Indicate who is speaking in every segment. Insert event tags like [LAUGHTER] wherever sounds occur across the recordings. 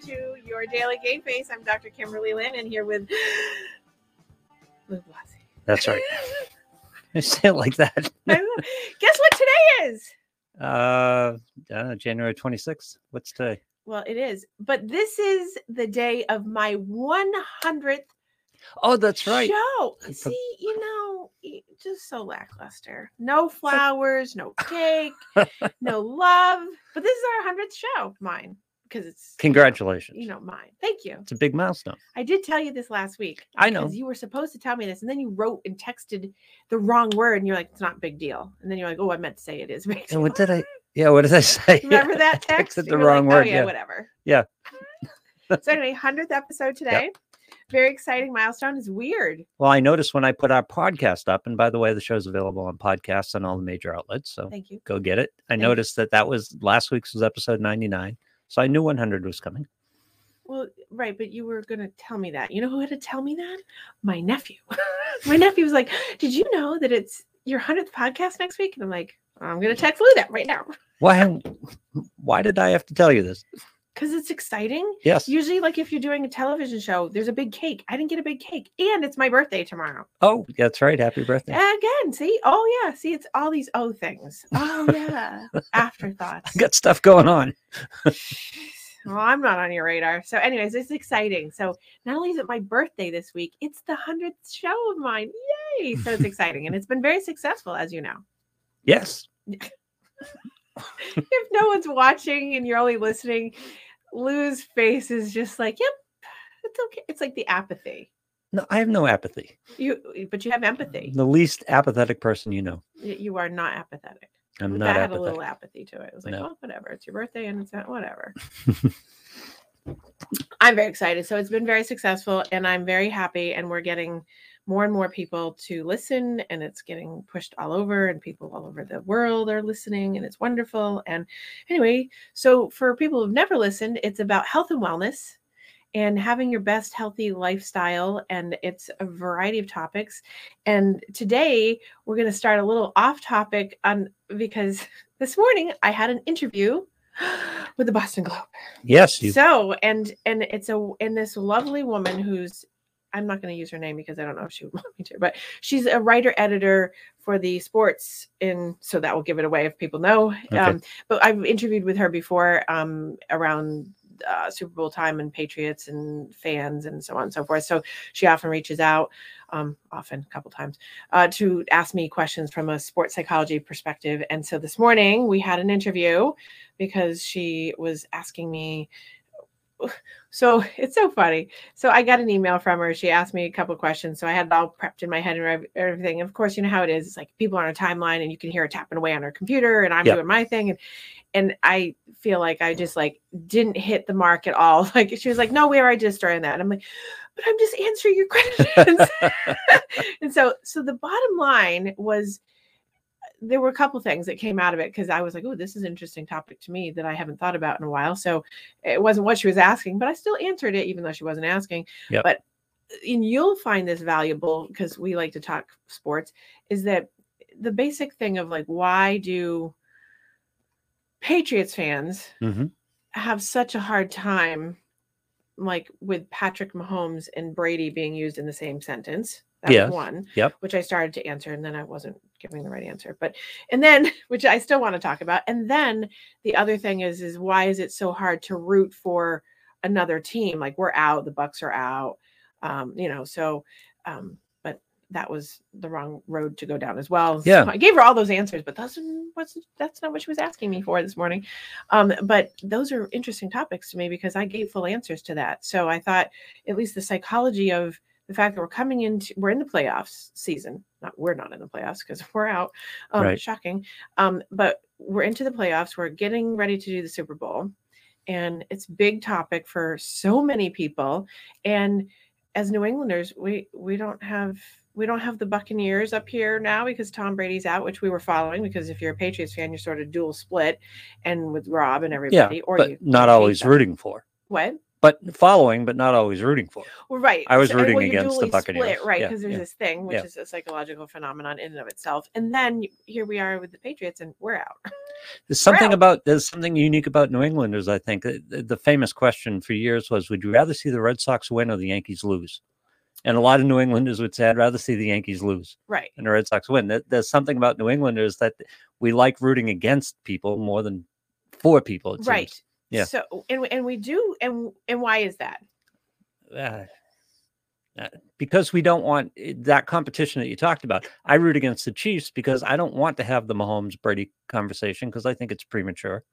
Speaker 1: to your daily gay face. I'm Dr. Kimberly Lynn, and here with [GASPS] Lou Blasi.
Speaker 2: That's
Speaker 1: [LAUGHS]
Speaker 2: right. I [LAUGHS] say it like that.
Speaker 1: I love- Guess what today is?
Speaker 2: Uh, I don't know, January 26th. What's today?
Speaker 1: Well, it is, but this is the day of my 100th
Speaker 2: Oh, that's right.
Speaker 1: show.
Speaker 2: pro-
Speaker 1: See, you know, y- just so lackluster. No flowers,
Speaker 2: [LAUGHS]
Speaker 1: no cake, no love. But this is our 100th show, mine, because it's
Speaker 2: Congratulations.
Speaker 1: you know mine. Thank you.
Speaker 2: it's a big milestone.
Speaker 1: I did tell you this last week.
Speaker 2: I know.
Speaker 1: because you were supposed to tell me this, and then you wrote and texted the wrong word, and you're like, "It's not a big deal," and then you're like, "Oh, I meant to say it is a big."
Speaker 2: And
Speaker 1: Deal.
Speaker 2: what did I? Yeah, what did I [LAUGHS] say?
Speaker 1: [LAUGHS] Remember that
Speaker 2: I
Speaker 1: text?
Speaker 2: texted
Speaker 1: You
Speaker 2: the
Speaker 1: were like,
Speaker 2: wrong
Speaker 1: "Oh,
Speaker 2: word.
Speaker 1: yeah,
Speaker 2: yeah.
Speaker 1: whatever.
Speaker 2: Yeah.
Speaker 1: [LAUGHS] so anyway, hundredth
Speaker 2: [LAUGHS]
Speaker 1: episode today. Very exciting milestone. It's weird.
Speaker 2: Well, I noticed when I put our podcast up, and by the way, the show's available on podcasts on all the major outlets. So
Speaker 1: Thank you.
Speaker 2: go get it. I
Speaker 1: Thank you.
Speaker 2: noticed that that was last week's was episode 99. So I knew 100 was coming.
Speaker 1: Well, right, but you were gonna tell me that. You know who had to tell me that? My nephew. [LAUGHS] My nephew was like, "Did you know that it's your hundredth podcast next week?" And I'm like, "I'm gonna text Lou that right now
Speaker 2: Why? Why did I have to tell you this?
Speaker 1: because it's exciting."
Speaker 2: Yes.
Speaker 1: Usually, like if you're doing a television show, there's a big cake. I didn't get a big cake, and it's my birthday tomorrow.
Speaker 2: oh, that's right. Happy birthday.
Speaker 1: Again, see? Oh yeah, see, it's all these oh things. Oh yeah, afterthoughts.
Speaker 2: Got stuff going on.
Speaker 1: Well, I'm not on your radar. So, anyways, it's exciting. So, not only is it my birthday this week, it's the hundredth show of mine. Yay! So it's exciting, and it's been very successful, as you know.
Speaker 2: Yes.
Speaker 1: If no one's watching and you're only listening, Lou's face is just like, "Yep, it's okay." It's like the apathy.
Speaker 2: No, I have no apathy.
Speaker 1: You, but you have empathy.
Speaker 2: The least apathetic person you know.
Speaker 1: Y- You are not apathetic.
Speaker 2: I'm
Speaker 1: But
Speaker 2: not
Speaker 1: that had
Speaker 2: apathetic.
Speaker 1: a little apathy to it. It was like,
Speaker 2: No.
Speaker 1: well, whatever. It's your birthday and it's not whatever. I'm very excited. So it's been very successful and I'm very happy. And we're getting more and more people to listen and it's getting pushed all over and people all over the world are listening and it's wonderful. And anyway, so for people who've never listened, it's about health and wellness and having your best healthy lifestyle and it's a variety of topics and today we're going to start a little off topic on because this morning I had an interview [GASPS] with the Boston Globe.
Speaker 2: Yes, you
Speaker 1: So and and it's a and this lovely woman who's I'm not going to use her name because I don't know if she would [LAUGHS] want me to, but she's a writer editor for the sports in so that will give it away if people know.
Speaker 2: Okay.
Speaker 1: Um, but I've interviewed with her before um, around uh, Super Bowl time and Patriots and fans and so on and so forth. So she often reaches out, um, often a couple times, uh, to ask me questions from a sports psychology perspective. And so this morning we had an interview because she was asking me. So [LAUGHS] it's so funny. So I got an email from her. She asked me a couple questions. So I had it all prepped in my head and ev- everything. And of course, you know how it is. It's like people are on a timeline and you can hear her tapping away on her computer and I'm
Speaker 2: Yeah.
Speaker 1: doing my thing. And and I feel like I just like didn't hit the mark at all. [LAUGHS] Like she was like, no, where I just during that. And I'm like, but I'm just answering your [LAUGHS] questions. and so so the bottom line was there were a couple things that came out of it because I was like, oh, this is an interesting topic to me that I haven't thought about in a while. So it wasn't what she was asking, but I still answered it even though she wasn't asking.
Speaker 2: Yep.
Speaker 1: But uh, and you'll find this valuable because we like to talk sports is that the basic thing of like why do Patriots fans
Speaker 2: Mhm.
Speaker 1: have such a hard time like with Patrick Mahomes and Brady being used in the same sentence. That
Speaker 2: Yes,
Speaker 1: was one.
Speaker 2: yep.
Speaker 1: Which I started to answer and then I wasn't giving the right answer. But and then [LAUGHS] which I still want to talk about. And then the other thing is is why is it so hard to root for another team? Like we're out, the Bucks are out. Um, you know, so um, but that was the wrong road to go down as well. So
Speaker 2: Yeah.
Speaker 1: I gave her all those answers, but that's was that's not what she was asking me for this morning. Um, but those are interesting topics to me because I gave full answers to that. So I thought at least the psychology of the fact that we're coming into we're in the playoffs season. Not we're not in the playoffs because [LAUGHS] we're out. Um,
Speaker 2: Right.
Speaker 1: Shocking. Um, but we're into the playoffs. We're getting ready to do the Super Bowl, and it's a big topic for so many people. And as New Englanders, we we don't have we don't have the Buccaneers up here now because Tom Brady's out, which we were following. Because if you're a Patriots fan, you're sort of dual split, and with Rob and everybody,
Speaker 2: yeah,
Speaker 1: or
Speaker 2: but
Speaker 1: you
Speaker 2: not
Speaker 1: hate
Speaker 2: always
Speaker 1: them.
Speaker 2: rooting for.
Speaker 1: What?
Speaker 2: but following, but not always rooting for.
Speaker 1: Well, right.
Speaker 2: I was
Speaker 1: uh,
Speaker 2: rooting
Speaker 1: you
Speaker 2: against the
Speaker 1: dually
Speaker 2: Buccaneers.
Speaker 1: right?
Speaker 2: Yeah,
Speaker 1: Because there's
Speaker 2: yeah.
Speaker 1: this thing, which
Speaker 2: Yeah.
Speaker 1: is a psychological phenomenon in and of itself. And then y- here we are with the Patriots, and we're out.
Speaker 2: There's something
Speaker 1: Wow.
Speaker 2: about there's something unique about New Englanders. I think the, the- the famous question for years was, "Would you rather see the Red Sox win or the Yankees lose?" And a lot of New Englanders would say, "I'd rather see the Yankees lose
Speaker 1: Right.
Speaker 2: and the Red Sox win." There- There's something about New Englanders that we like rooting against people more than for people. It
Speaker 1: Right.
Speaker 2: Yeah.
Speaker 1: So and and we do and and why is that?
Speaker 2: seems. Uh, uh, because we don't want it- that competition that you talked about. I root against the Chiefs because I don't want to have the Mahomes Brady conversation because I think it's premature.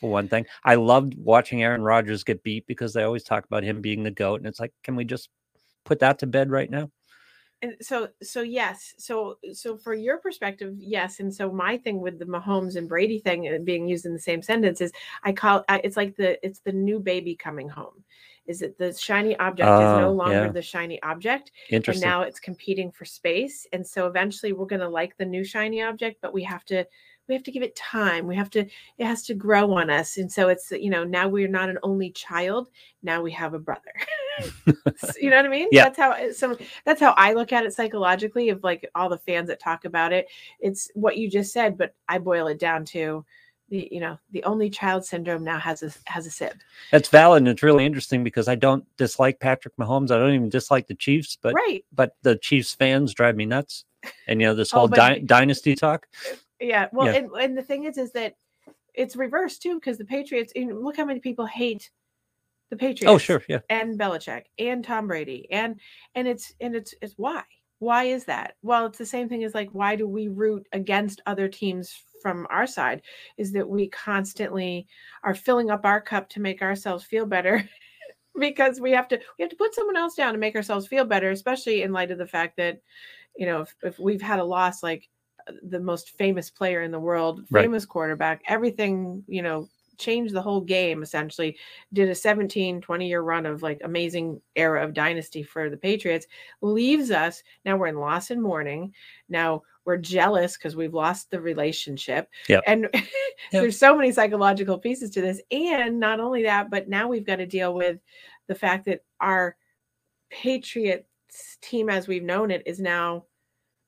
Speaker 2: For one thing, I loved watching Aaron Rodgers get beat because they always talk about him being the goat, and it's like, can we just put that to bed right now?
Speaker 1: And so so yes. So so for your perspective, yes. And so my thing with the Mahomes and Brady thing uh, being used in the same sentence is I call I, it's like the it's the new baby coming home. Is that the shiny object is
Speaker 2: Oh,
Speaker 1: no longer
Speaker 2: yeah.
Speaker 1: the shiny object, and
Speaker 2: Interesting.
Speaker 1: now it's competing for space. And so eventually we're going to like the new shiny object, but we have to we have to give it time. We have to it has to grow on us. And so it's you know now we're not an only child. Now we have a brother. [LAUGHS] S- you know what I mean?
Speaker 2: Yeah.
Speaker 1: That's how uh, so that's how I look at it psychologically of like all the fans that talk about it. It's what you just said, but I boil it down to the you know the only child syndrome now has a has a sib.
Speaker 2: That's valid, and it's really interesting because I don't dislike Patrick Mahomes. I don't even dislike the Chiefs, but
Speaker 1: right.
Speaker 2: but the Chiefs fans drive me nuts. And you know this
Speaker 1: Oh,
Speaker 2: whole
Speaker 1: but-
Speaker 2: dy- dynasty talk.
Speaker 1: Yeah. Well,
Speaker 2: Yeah.
Speaker 1: And, and the thing is, is that it's reversed too, because the Patriots, and look how many people hate the Patriots.
Speaker 2: Oh sure, yeah.
Speaker 1: And Belichick and Tom Brady. And, and it's, and it's, it's why? Why is that? Well, it's the same thing as like, why do we root against other teams from our side? Is that we constantly are filling up our cup to make ourselves feel better. [LAUGHS] because we have to we have to put someone else down to make ourselves feel better especially in light of the fact that you know if, if we've had a loss like uh, the most famous player in the world,
Speaker 2: Right.
Speaker 1: famous quarterback, everything, you know, changed the whole game essentially, did a 17, 20 year run of like amazing era of dynasty for the Patriots, leaves us. Now we're in loss and mourning. Now we're jealous because we've lost the relationship.
Speaker 2: Yep.
Speaker 1: And [LAUGHS] there's so many psychological pieces to this. And not only that, but now we've got to deal with the fact that our Patriots team as we've known it is now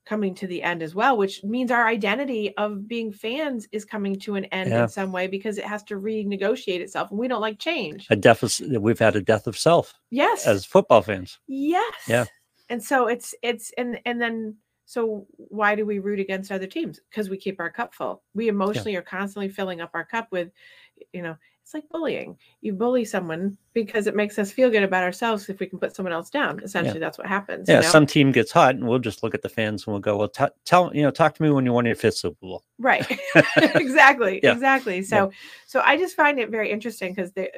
Speaker 1: coming to the end as well, which means our identity of being fans is coming to an end
Speaker 2: Yeah.
Speaker 1: in some way because it has to renegotiate itself. And we don't like change.
Speaker 2: A deficit. We've had a death of self
Speaker 1: yes.
Speaker 2: [LAUGHS] as football fans.
Speaker 1: yes. And so it's it's and and then so why do we root against other teams? Because we keep our cup full. We emotionally are constantly filling up our cup with, you know, it's like bullying. You bully someone because it makes us feel good about ourselves if we can put someone else down. Essentially, that's what happens. you
Speaker 2: Yeah,
Speaker 1: know?
Speaker 2: some team gets hot, and we'll just look at the fans and we'll go, "Well, t- tell you know, talk to me when you won your fifth Super Bowl." [LAUGHS]
Speaker 1: right [LAUGHS] exactly
Speaker 2: Yeah.
Speaker 1: exactly so so i just find it very interesting because they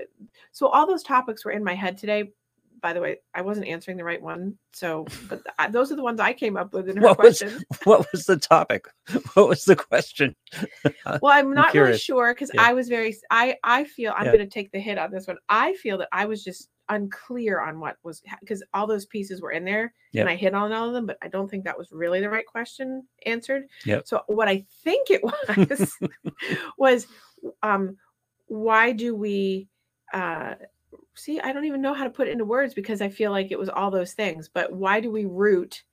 Speaker 1: so all those topics were in my head today by the way i wasn't answering the right one so but th- I, those are the ones i came up with in her
Speaker 2: [LAUGHS] What was-
Speaker 1: questions
Speaker 2: What was the topic? [LAUGHS] What was the question? [LAUGHS]
Speaker 1: well i'm not really
Speaker 2: curious.
Speaker 1: sure because
Speaker 2: Yeah.
Speaker 1: i was very s- i i feel i'm
Speaker 2: Yeah.
Speaker 1: going to take the hit on this one i feel that i was just unclear on what was because all those pieces were in there
Speaker 2: Yep.
Speaker 1: and i hit on all of them but i don't think that was really the right question answered
Speaker 2: Yep.
Speaker 1: so what i think it [LAUGHS]
Speaker 2: [LAUGHS]
Speaker 1: was was um why do we uh see i don't even know how to put it into words because i feel like it was all those things but why do we root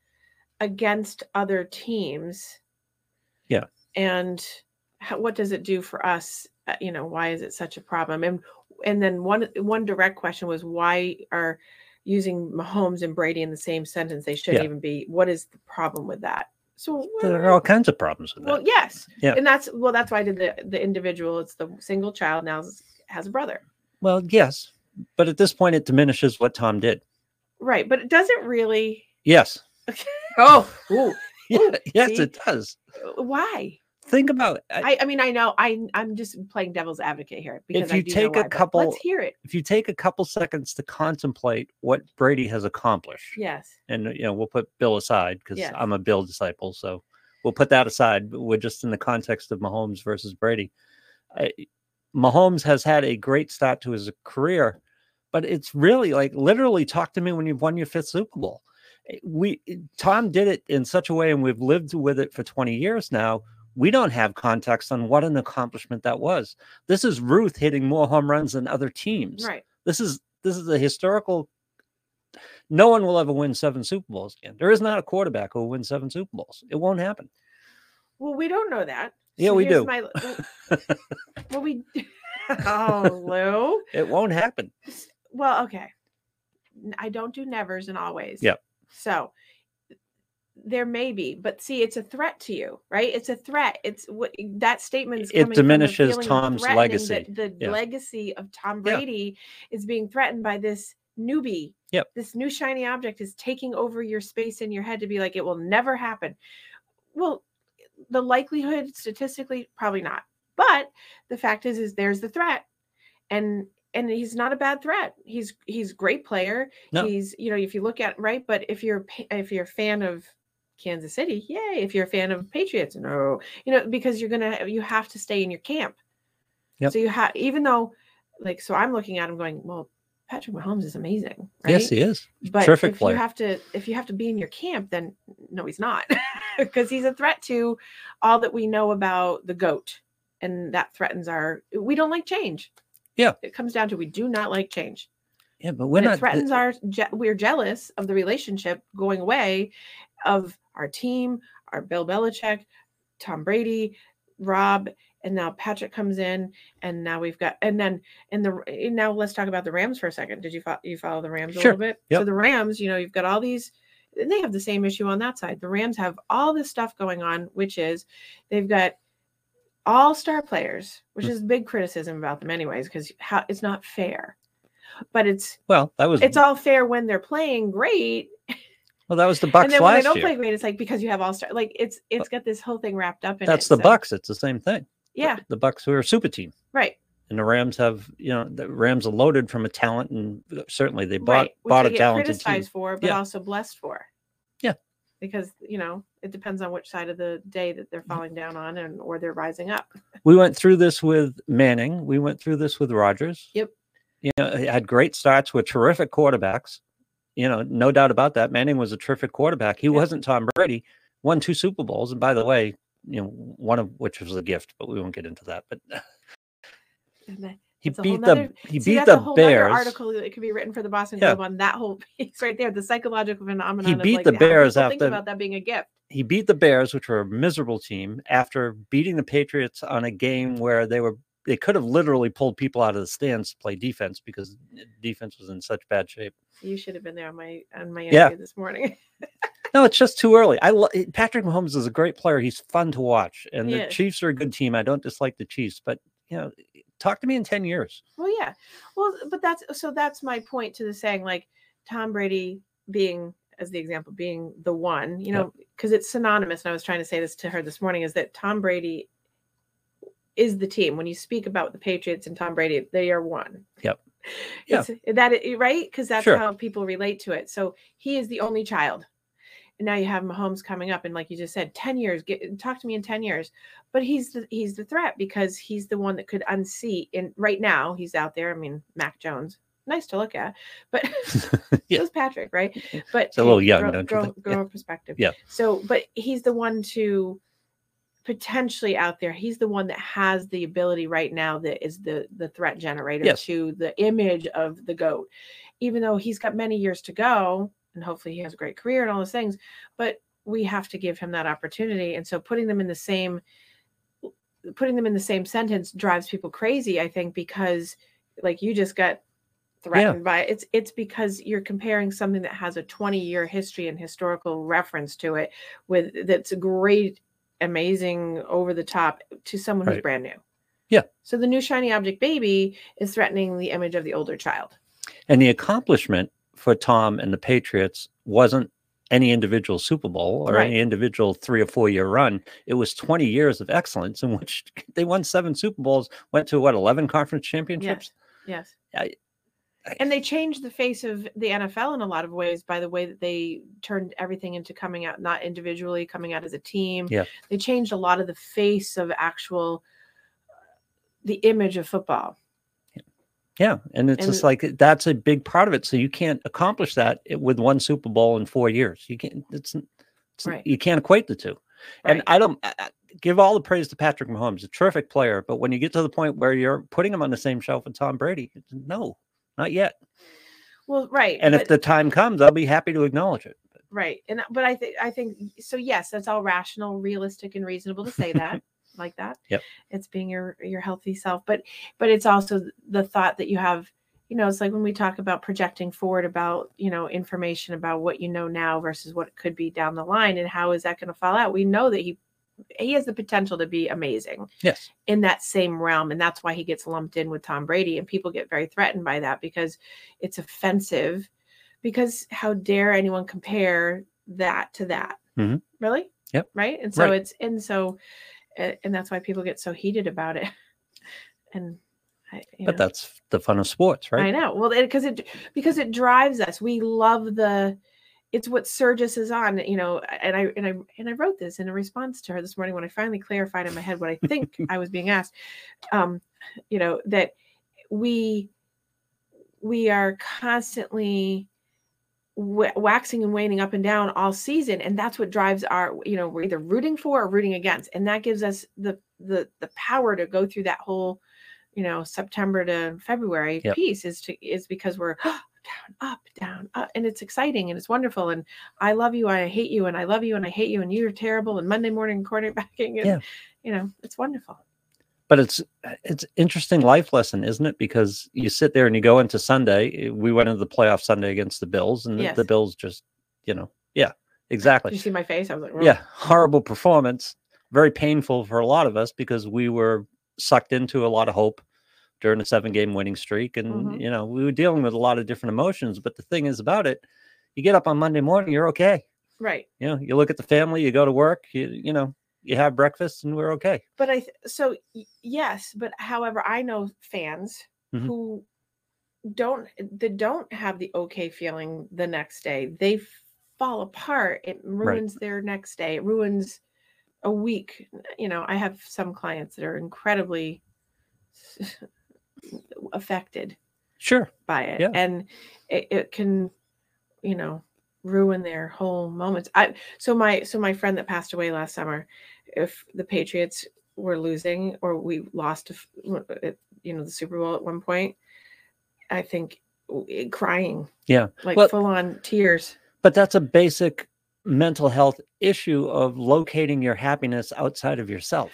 Speaker 1: against other teams
Speaker 2: Yeah.
Speaker 1: and how, what does it do for us Uh, you know why is it such a problem and and then one one direct question was why are using Mahomes and Brady in the same sentence they shouldn't
Speaker 2: Yeah.
Speaker 1: even be what is the problem with that so
Speaker 2: There
Speaker 1: well,
Speaker 2: are all kinds of problems with
Speaker 1: well
Speaker 2: that.
Speaker 1: yes
Speaker 2: Yeah.
Speaker 1: and that's well that's why I did the the individual it's the single child now s- has a brother
Speaker 2: Well, yes, but at this point, it diminishes what Tom did.
Speaker 1: right but it doesn't really
Speaker 2: Yes, [LAUGHS]
Speaker 1: oh ooh,
Speaker 2: yeah, yes,
Speaker 1: see?
Speaker 2: it does.
Speaker 1: Uh, why
Speaker 2: Think about uh, I,
Speaker 1: I, I mean I know I I'm just playing devil's advocate here because I
Speaker 2: you
Speaker 1: do know
Speaker 2: take a
Speaker 1: why, but
Speaker 2: couple-
Speaker 1: let's hear it
Speaker 2: if you take a couple seconds to contemplate what Brady has accomplished.
Speaker 1: yes
Speaker 2: and you know we'll put Bill aside because
Speaker 1: Yes.
Speaker 2: I'm a Bill disciple, so we'll put that aside. But we're just in the context of Mahomes versus Brady. I, Mahomes has had a great start to his career, but it's really like literally talk to me when you've won your fifth Super Bowl. Eh, We Tom did it in such a way, and we've lived with it for 20 years now. We don't have context on what an accomplishment that was. This is Ruth hitting more home runs than other teams.
Speaker 1: right
Speaker 2: This is this is a historical. No one will ever win seven Super Bowls again. There is not a quarterback who will win seven Super Bowls. It won't happen.
Speaker 1: Well, we don't know that.
Speaker 2: Yeah, we
Speaker 1: here's
Speaker 2: do.
Speaker 1: My,
Speaker 2: [LAUGHS]
Speaker 1: well, we. [LAUGHS] oh, Lou.
Speaker 2: It won't happen.
Speaker 1: Well, okay. N- I don't do nevers and always.
Speaker 2: Yep.
Speaker 1: So there may be, but see, it's a threat to you, right? It's a threat. It's what that statement is
Speaker 2: It
Speaker 1: coming from a
Speaker 2: diminishes
Speaker 1: feeling of
Speaker 2: Tom's
Speaker 1: threatening
Speaker 2: legacy.
Speaker 1: that The
Speaker 2: Yeah.
Speaker 1: legacy of Tom
Speaker 2: Yeah.
Speaker 1: Brady is being threatened by this newbie.
Speaker 2: Yep.
Speaker 1: This new shiny object is taking over your space in your head to be like, it will never happen. Well, the likelihood statistically, probably not. But the fact is, is there's the threat. And and he's not a bad threat. He's he's a great player.
Speaker 2: No.
Speaker 1: He's you know if you look at right, but if you're pa- if you're a fan of Kansas City, yay! If you're a fan of Patriots, no, you know because you're gonna you have to stay in your camp.
Speaker 2: Yep.
Speaker 1: So you have even though like so I'm looking at him going well. Patrick Mahomes is amazing, right?
Speaker 2: Yes, he is.
Speaker 1: but
Speaker 2: terrific
Speaker 1: if
Speaker 2: player.
Speaker 1: you have to if you have to be in your camp, then no, he's not, [LAUGHS] because he's a threat to all that we know about the goat, and that threatens our. We don't like change.
Speaker 2: Yeah.
Speaker 1: it comes down to we do not like change.
Speaker 2: Yeah, but we're
Speaker 1: and
Speaker 2: not.
Speaker 1: it threatens our. Je- we're jealous of the relationship going away, of our team, our Bill Belichick, Tom Brady, Rob. And now Patrick comes in, and now we've got, and then and the and now let's talk about the Rams for a second. Did you follow, you follow the Rams a
Speaker 2: Sure.
Speaker 1: little bit?
Speaker 2: Yep.
Speaker 1: So the Rams, you know, you've got all these, and they have the same issue on that side. The Rams have all this stuff going on, which is they've got all star players, which
Speaker 2: Hmm.
Speaker 1: is big criticism about them, anyways, because how it's not fair. But it's
Speaker 2: well, that was
Speaker 1: it's all fair when they're playing great,
Speaker 2: well, that was the
Speaker 1: and
Speaker 2: Bucks
Speaker 1: then when they
Speaker 2: last
Speaker 1: don't
Speaker 2: year. Uh,
Speaker 1: play great, it's like because you have all star. Like it's it's got this whole thing wrapped up in it.
Speaker 2: That's the
Speaker 1: so-
Speaker 2: Bucks. It's the same thing. The-
Speaker 1: Yeah,
Speaker 2: the Bucks who are a super team,
Speaker 1: right.
Speaker 2: and the Rams have you know the Rams are loaded from a talent, and certainly they bought
Speaker 1: right, which
Speaker 2: bought
Speaker 1: they
Speaker 2: a
Speaker 1: get
Speaker 2: talented team.
Speaker 1: criticized for, but
Speaker 2: Yeah.
Speaker 1: also blessed for.
Speaker 2: Yeah.
Speaker 1: because you know it depends on which side of the day that
Speaker 2: Mm-hmm.
Speaker 1: they're falling down on, and or they're rising up.
Speaker 2: we went through this with Manning. We went through this with Rogers.
Speaker 1: Yep.
Speaker 2: You know, he had great starts with terrific quarterbacks. You know, no doubt about that. Manning was a terrific quarterback. He
Speaker 1: Yep.
Speaker 2: wasn't Tom Brady. Won two Super Bowls, and by the way, you know, one of which was a gift, but we won't get into that. But [LAUGHS]
Speaker 1: And that-
Speaker 2: he
Speaker 1: That's a whole
Speaker 2: beat the
Speaker 1: nother-
Speaker 2: he
Speaker 1: see,
Speaker 2: beat
Speaker 1: that's a
Speaker 2: the
Speaker 1: whole other
Speaker 2: Bears.
Speaker 1: article that could be written for the Boston
Speaker 2: Yeah.
Speaker 1: Globe on that whole [LAUGHS] piece right there. The psychological phenomenon. of,
Speaker 2: beat
Speaker 1: like,
Speaker 2: the
Speaker 1: how
Speaker 2: Bears
Speaker 1: people think
Speaker 2: after-
Speaker 1: about that being a gift.
Speaker 2: he beat the Bears, which were a miserable team, after beating the Patriots on a game where they were they could have literally pulled people out of the stands to play defense because defense was in such bad shape.
Speaker 1: You should have been there on my on my
Speaker 2: Yeah.
Speaker 1: interview this morning.
Speaker 2: No, it's just too early. I lo- it- Patrick Mahomes is a great player. He's fun to watch, and
Speaker 1: He
Speaker 2: the
Speaker 1: is.
Speaker 2: Chiefs are a good team. I don't dislike the Chiefs, but you know, eh, talk to me in ten years.
Speaker 1: Well, yeah. Well, but that's so that's my point to the saying like Tom Brady being as the example being the one, you
Speaker 2: Yeah.
Speaker 1: know, because it's synonymous. And I was trying to say this to her this morning is that Tom Brady is the team. When you speak about the Patriots and Tom Brady, they are one.
Speaker 2: Yep. Yeah.
Speaker 1: [LAUGHS] It's, that it- right because that's
Speaker 2: Sure.
Speaker 1: how people relate to it. So he is the only child. And now you have Mahomes coming up, and like you just said, ten years. Get, talk to me in ten years, but he's the he's the threat because he's the one that could unseat. And right now he's out there. I mean, Mac Jones, nice to look at, but [LAUGHS]
Speaker 2: [LAUGHS] Yeah.
Speaker 1: so is Patrick, right? But
Speaker 2: a little
Speaker 1: hey,
Speaker 2: young,
Speaker 1: grow,
Speaker 2: don't you
Speaker 1: grow,
Speaker 2: think? Yeah.
Speaker 1: grow perspective.
Speaker 2: Yeah.
Speaker 1: So, but he's the one to potentially out there. He's the one that has the ability right now that is the the threat generator
Speaker 2: Yes.
Speaker 1: to the image of the goat even though he's got many years to go and hopefully he has a great career and all those things but we have to give him that opportunity and so putting them in the same putting them in the same sentence drives people crazy i think because like you just got threatened by it. it's it's because you're comparing something that has a 20 year history and historical reference to it with that's great amazing over the top to someone who's
Speaker 2: Right.
Speaker 1: brand new
Speaker 2: Yeah.
Speaker 1: so the new shiny object baby is threatening the image of the older child
Speaker 2: And the accomplishment for Tom and the Patriots wasn't any individual Super Bowl or
Speaker 1: Right.
Speaker 2: any individual three or four year run. It was 20 years of excellence in [LAUGHS] which they won seven Super Bowls, went to what, 11 conference championships?
Speaker 1: Yes.
Speaker 2: I- I-
Speaker 1: and they changed the face of the NFL in a lot of ways by the way that they turned everything into coming out not individually, coming out as a team.
Speaker 2: Yeah.
Speaker 1: They changed a lot of the face of actual the image of football.
Speaker 2: Yeah. And it's
Speaker 1: And-
Speaker 2: just like eh, that's a big part of it. So you can't accomplish that i- with one Super Bowl in four years. You can't, it's, it's
Speaker 1: Right.
Speaker 2: you can't equate the two. And
Speaker 1: right?
Speaker 2: I don't I, I give all the praise to Patrick Mahomes, a terrific player. But when you get to the point where you're putting him on the same shelf with Tom Brady, no, not yet.
Speaker 1: Well, right.
Speaker 2: And if
Speaker 1: but-
Speaker 2: the time comes, I'll be happy to acknowledge it.
Speaker 1: right and but i think i think so yes that's all rational realistic and reasonable to say
Speaker 2: [LAUGHS]
Speaker 1: that like that
Speaker 2: Yep.
Speaker 1: it's being your your healthy self but but it's also the thought that you have you know it's like when we talk about projecting forward about you know information about what you know now versus what it could be down the line and how is that going to fall out we know that he he has the potential to be amazing
Speaker 2: Yes.
Speaker 1: in that same realm. And that's why he gets lumped in with Tom Brady. And people get very threatened by that because it's offensive. Because how dare anyone compare that to that?
Speaker 2: Mhm.
Speaker 1: Really?
Speaker 2: Yep.
Speaker 1: Right. And so
Speaker 2: Right.
Speaker 1: it's, and so, a- and that's why people get so heated about it. [LAUGHS] And, I, you
Speaker 2: But
Speaker 1: know.
Speaker 2: that's the fun of sports, right?
Speaker 1: I know. Well, because it, because it drives us. We love the. It's what Sergis is on, you know. And I and I and I wrote this in a response to her this morning when I finally clarified in my head what I think I was being asked. Um, you know that we we are constantly wa- waxing and waning up and down all season and that's what drives our you know we're either rooting for or rooting against and that gives us the the the power to go through that whole you know september to february
Speaker 2: Yep.
Speaker 1: piece is to is because we're [GASPS] down up down up and it's exciting and it's wonderful and i love you i hate you and i love you and i hate you and you're terrible and monday morning [LAUGHS] quarterbacking and
Speaker 2: Yeah.
Speaker 1: you know it's wonderful
Speaker 2: But it's it's interesting life lesson, isn't it? Because you sit there and you go into Sunday. We went into the playoff Sunday against the Bills, and the-
Speaker 1: Yes.
Speaker 2: the Bills just, you know, yeah,
Speaker 1: did you
Speaker 2: exactly.
Speaker 1: see my face i was like "Ugh."
Speaker 2: yeah, horrible performance, very painful for a lot of us because we were sucked into a lot of hope during a seven game winning streak. And,
Speaker 1: Mhm.
Speaker 2: you know, we were dealing with a lot of different emotions. But the thing is about it, you get up on Monday morning, you're okay.
Speaker 1: right
Speaker 2: You know, you look at the family, you go to work, you, you know, you have breakfast and we're okay.
Speaker 1: but I th- so y- yes, but however, I know fans
Speaker 2: Mhm.
Speaker 1: who don't they don't have the okay feeling the next day. They f- fall apart. It ruins their next day. It ruins a week. You know, I have some clients that are incredibly [LAUGHS] affected
Speaker 2: Sure.
Speaker 1: by it
Speaker 2: Yeah.
Speaker 1: and it, it can you know ruin their whole moments i so my so my friend that passed away last summer if the patriots were losing or we lost a f- w- it, you know the super bowl at one point i think w- crying
Speaker 2: Yeah.
Speaker 1: like
Speaker 2: Well-
Speaker 1: full on tears
Speaker 2: But that's a basic mental health issue of locating your happiness outside of yourself.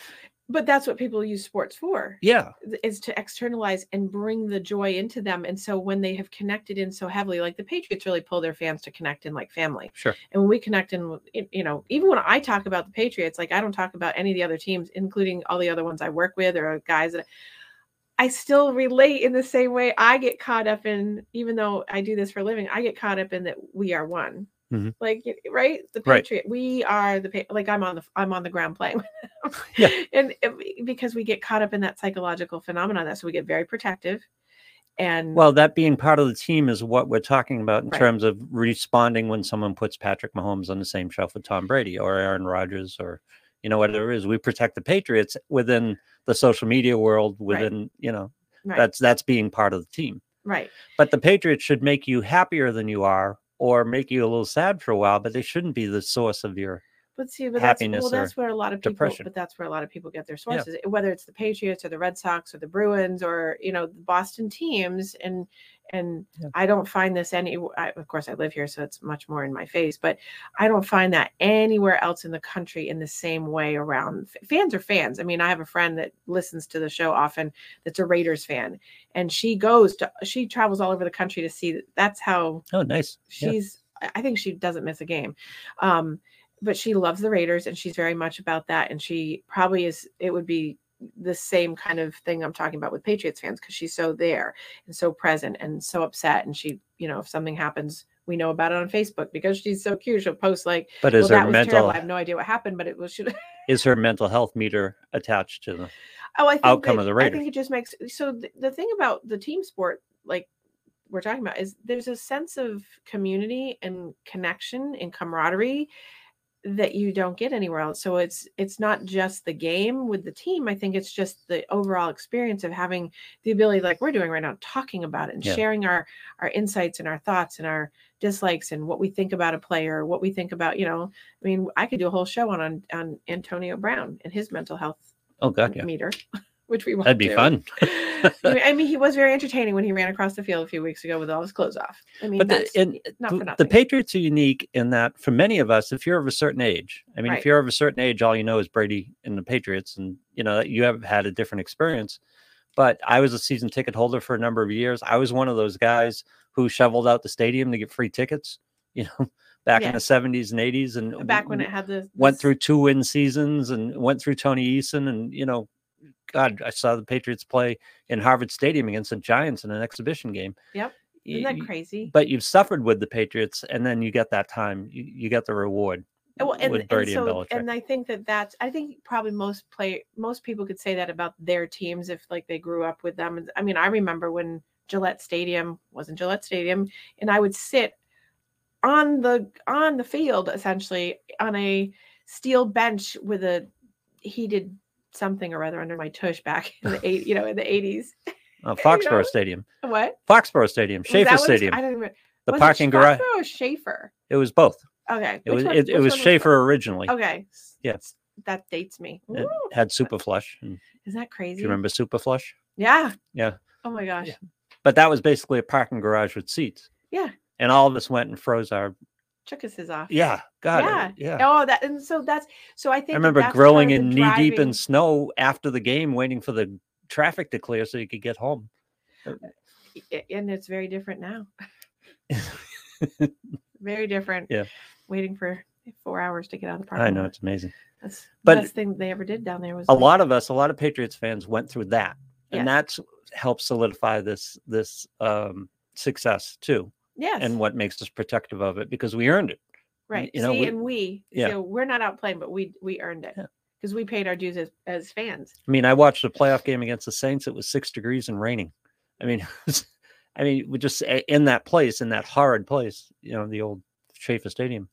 Speaker 1: but that's what people use sports for
Speaker 2: Yeah.
Speaker 1: th- is to externalize and bring the joy into them. And so when they have connected in so heavily, like the Patriots really pull their fans to connect in like family.
Speaker 2: Sure.
Speaker 1: And when we connect in, with- it- you know, even when I talk about the Patriots, like I don't talk about any of the other teams, including all the other ones I work with or guys that I still relate in the same way I get caught up in, even though I do this for a living, I get caught up in that we are one.
Speaker 2: Mhm.
Speaker 1: Like y- right, the
Speaker 2: Right.
Speaker 1: Patriot. We are the pa- like I'm on the I'm on the ground playing
Speaker 2: [LAUGHS] Yeah.
Speaker 1: [LAUGHS] and it- because we get caught up in that psychological phenomenon that so we get very protective and
Speaker 2: Well, that being part of the team is what we're talking about in
Speaker 1: Right.
Speaker 2: terms of responding when someone puts Patrick Mahomes on the same shelf with Tom Brady or Aaron Rodgers or you know whatever it is. We protect the Patriots within the social media world within, you know,
Speaker 1: right
Speaker 2: that's that's being part of the team.
Speaker 1: right
Speaker 2: But the Patriots should make you happier than you are or make you a little sad for a while, but they shouldn't be the source of your
Speaker 1: but see but that's,
Speaker 2: happiness
Speaker 1: well,
Speaker 2: or
Speaker 1: that's where a lot of people
Speaker 2: depression.
Speaker 1: but that's where a lot of people get their sources whether it's the patriots or the red sox or the bruins or you know the boston teams and and
Speaker 2: Yeah.
Speaker 1: i don't find this any I, of course i live here so it's much more in my face but i don't find that anywhere else in the country in the same way around F- fans are fans i mean i have a friend that listens to the show often that's a raiders fan and she goes to she travels all over the country to see that's how
Speaker 2: Oh, nice. Yeah.
Speaker 1: she's I- i think she doesn't miss a game um but she loves the raiders and she's very much about that and she probably is it would be the same kind of thing i'm talking about with patriots fans because she's so there and so present and so upset and she you know if something happens we know about it on facebook because she's so cute she'll post like
Speaker 2: But is
Speaker 1: well that
Speaker 2: her
Speaker 1: was
Speaker 2: mental
Speaker 1: terrible i have no idea what happened but it was should
Speaker 2: is her mental health meter attached to them?
Speaker 1: Oh, I think
Speaker 2: outcome
Speaker 1: that-
Speaker 2: of the
Speaker 1: I
Speaker 2: Raiders.
Speaker 1: think it just makes so th- the thing about the team sport, like we're talking about, is there's a sense of community and connection and camaraderie that you don't get anywhere else. So it's it's not just the game with the team. I think it's just the overall experience of having the ability, like we're doing right now, talking about it and
Speaker 2: Yeah.
Speaker 1: sharing our our insights and our thoughts and our dislikes and what we think about a player, what we think about, you know. I mean, I could do a whole show on on, on Antonio Brown and his mental health
Speaker 2: Oh, gotcha.
Speaker 1: meter. [LAUGHS] which we won't
Speaker 2: That'd be
Speaker 1: do.
Speaker 2: fun. [LAUGHS]
Speaker 1: I mean, he was very entertaining when he ran across the field a few weeks ago with all his clothes off. I mean,
Speaker 2: But the-
Speaker 1: that's
Speaker 2: and
Speaker 1: not
Speaker 2: the-
Speaker 1: for
Speaker 2: the
Speaker 1: nothing.
Speaker 2: Patriots are unique in that for many of us, if you're of a certain age, I mean,
Speaker 1: Right.
Speaker 2: if you're of a certain age, all you know is Brady and the Patriots, and you know you have had a different experience. But I was a season ticket holder for a number of years. I was one of those guys who shoveled out the stadium to get free tickets. [LAUGHS] You know, back
Speaker 1: Yeah.
Speaker 2: in the '70s and '80s, and
Speaker 1: back when
Speaker 2: w-
Speaker 1: it had the
Speaker 2: went
Speaker 1: this-
Speaker 2: through two win seasons and went through Tony Eason and you know, God, I saw the Patriots play in Harvard Stadium against the Giants in an exhibition game.
Speaker 1: Yep.
Speaker 2: Y-
Speaker 1: Isn't that
Speaker 2: y-
Speaker 1: crazy?
Speaker 2: But you've suffered with the Patriots, and then you get that time, you, you get the reward
Speaker 1: And well, and,
Speaker 2: with
Speaker 1: and
Speaker 2: Brady and,
Speaker 1: so,
Speaker 2: Belichick.
Speaker 1: I think that that's I think probably most play most people could say that about their teams if like they grew up with them. And I mean, I remember when Gillette Stadium wasn't Gillette Stadium, and I would sit on the on the field essentially on a steel bench with a heated something or other under my tush back in the eight you know in the eighties. [LAUGHS]
Speaker 2: Uh,
Speaker 1: know?
Speaker 2: Foxborough Stadium,
Speaker 1: What
Speaker 2: Foxborough Stadium,
Speaker 1: Was that what
Speaker 2: Schaefer
Speaker 1: it's-
Speaker 2: Stadium,
Speaker 1: I don't remember.
Speaker 2: the
Speaker 1: Was it
Speaker 2: parking garage.
Speaker 1: Schaefer or Schaefer.
Speaker 2: It was both.
Speaker 1: Okay.
Speaker 2: It
Speaker 1: which
Speaker 2: was
Speaker 1: one-
Speaker 2: it, it
Speaker 1: which
Speaker 2: was
Speaker 1: one
Speaker 2: Schaefer originally.
Speaker 1: Okay. s-
Speaker 2: Yeah.
Speaker 1: s- That dates me.
Speaker 2: It
Speaker 1: Ooh,
Speaker 2: had Superflush. And
Speaker 1: Isn't that
Speaker 2: do
Speaker 1: crazy?
Speaker 2: you remember Superflush?
Speaker 1: Yeah.
Speaker 2: Yeah.
Speaker 1: Oh my gosh.
Speaker 2: Yeah. But that was basically a parking garage with seats.
Speaker 1: Yeah.
Speaker 2: And all of us went and froze our
Speaker 1: Chuck us is off.
Speaker 2: yeah. God. it- yeah.
Speaker 1: Oh, that and so that's so I think
Speaker 2: I
Speaker 1: that
Speaker 2: remember
Speaker 1: that's
Speaker 2: grilling
Speaker 1: part of
Speaker 2: in knee
Speaker 1: the
Speaker 2: deep in
Speaker 1: driving-
Speaker 2: snow after the game, waiting for the traffic to clear so you could get home.
Speaker 1: i- and it's very different
Speaker 2: [LAUGHS]
Speaker 1: now. very different.
Speaker 2: Yeah.
Speaker 1: Waiting for four hours to get out of the park.
Speaker 2: I know it's amazing.
Speaker 1: That's
Speaker 2: But-
Speaker 1: the best thing they ever did down there was
Speaker 2: A
Speaker 1: like-
Speaker 2: lot of us, a lot of Patriots fans went through that,
Speaker 1: Yes.
Speaker 2: and that's helped solidify this this um, success too,
Speaker 1: Yes.
Speaker 2: and what makes us protective of it because we earned it.
Speaker 1: right.
Speaker 2: you know,
Speaker 1: See,
Speaker 2: we-
Speaker 1: and we
Speaker 2: yeah.
Speaker 1: so we're not out playing, but we we earned it.
Speaker 2: Yeah.
Speaker 1: Because we paid our dues as, as fans.
Speaker 2: I mean, I watched a playoff game against the Saints. It was six degrees and raining. I mean, [LAUGHS] it was- I mean, we just eh, in that place, in that horrid place, you know, the old Schaefer Stadium.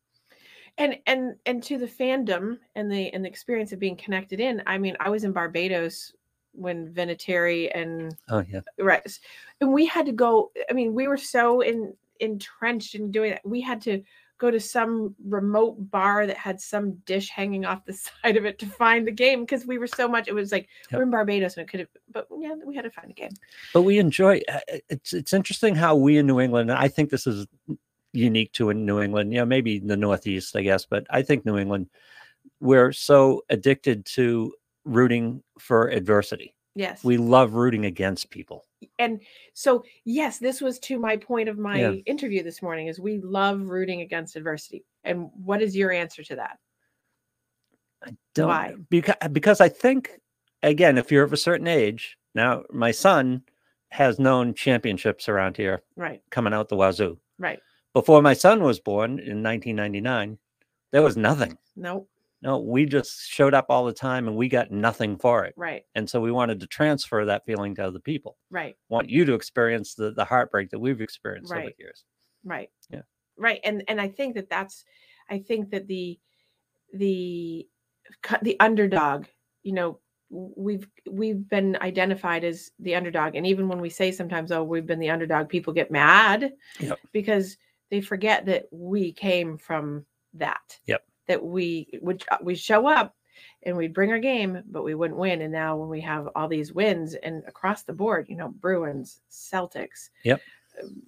Speaker 1: and and and to the fandom and the and the experience of being connected in i mean i was in barbados when venetary and
Speaker 2: Oh yeah,
Speaker 1: right s- and we had to go i mean we were so in entrenched in doing that we had to go to some remote bar that had some dish hanging off the [LAUGHS] side of it to find the game because we were so much it was like
Speaker 2: Yep.
Speaker 1: we're in barbados and it could have but yeah we had to find the game
Speaker 2: but we enjoy. uh, uh, It's it's interesting how we in New England. and I think this is unique to in New England. You know, maybe the Northeast, I guess, but I think New England we're so addicted to rooting for adversity.
Speaker 1: yes
Speaker 2: We love rooting against people.
Speaker 1: and so yes this was to my point of my interview this morning is we love rooting against adversity and what is your answer to that
Speaker 2: Don't,
Speaker 1: Why?
Speaker 2: Because because I think again, if you're of a certain age now, my son has known championships around here
Speaker 1: right
Speaker 2: coming out the wazoo.
Speaker 1: right
Speaker 2: Before my son was born in 1999, there was nothing.
Speaker 1: no
Speaker 2: No, we just showed up all the time and we got nothing for it.
Speaker 1: right
Speaker 2: And so we wanted to transfer that feeling to other people.
Speaker 1: right
Speaker 2: Want you to experience the, the heartbreak that we've experienced over
Speaker 1: Right.
Speaker 2: the years.
Speaker 1: right
Speaker 2: Yeah.
Speaker 1: right and and i think that that's i think that the the cu- the underdog you know w- we've we've been identified as the underdog and even when we say sometimes oh we've been the underdog people get mad
Speaker 2: Yep.
Speaker 1: because they forget that we came from that
Speaker 2: Yep.
Speaker 1: that we would uh, we show up and we'd bring our game but we wouldn't win and now when we have all these wins and across the board you know bruins celtics
Speaker 2: Yep.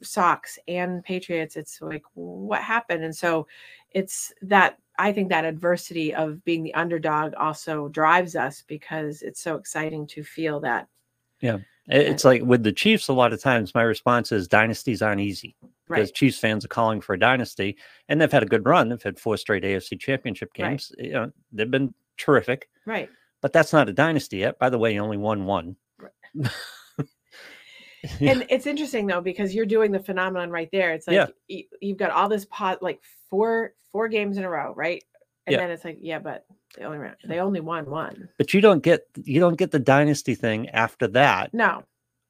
Speaker 1: Sox and Patriots, it's like what happened? And so it's that I think that adversity of being the underdog also drives us because it's so exciting to feel that.
Speaker 2: I- It's like with the Chiefs, a lot of times my response is dynasties aren't easy because
Speaker 1: Right.
Speaker 2: Chiefs fans are calling for a dynasty and they've had a good run. They've had four straight AFC championship
Speaker 1: Right.
Speaker 2: games. You know, they've been terrific,
Speaker 1: Right.
Speaker 2: but that's not a dynasty yet. By the way, you only won one. Yeah.
Speaker 1: And it's interesting though, because you're doing the phenomenon right there. It's like
Speaker 2: Yeah.
Speaker 1: y- you've got all this pot like four four games in a row, right? And
Speaker 2: Yeah.
Speaker 1: then it's like, yeah, but they only ran, they only won one.
Speaker 2: But you don't get you don't get the dynasty thing after that.
Speaker 1: No.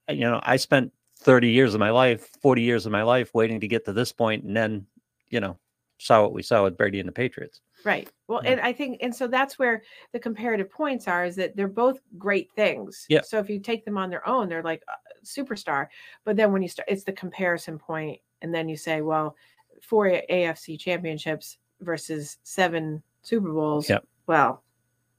Speaker 2: you know, I spent 30 years of my life, 40 years of my life waiting to get to this point and then, you know, saw what we saw with Brady and the Patriots.
Speaker 1: Right. Well,
Speaker 2: Yeah.
Speaker 1: and I think, and so that's where the comparative points are is that they're both great things.
Speaker 2: Yeah.
Speaker 1: So if you take them on their own, they're like uh, superstar. But then when you start, it's the comparison point, And then you say, well, four A- AFC championships versus seven Super Bowls.
Speaker 2: Yep.
Speaker 1: Well,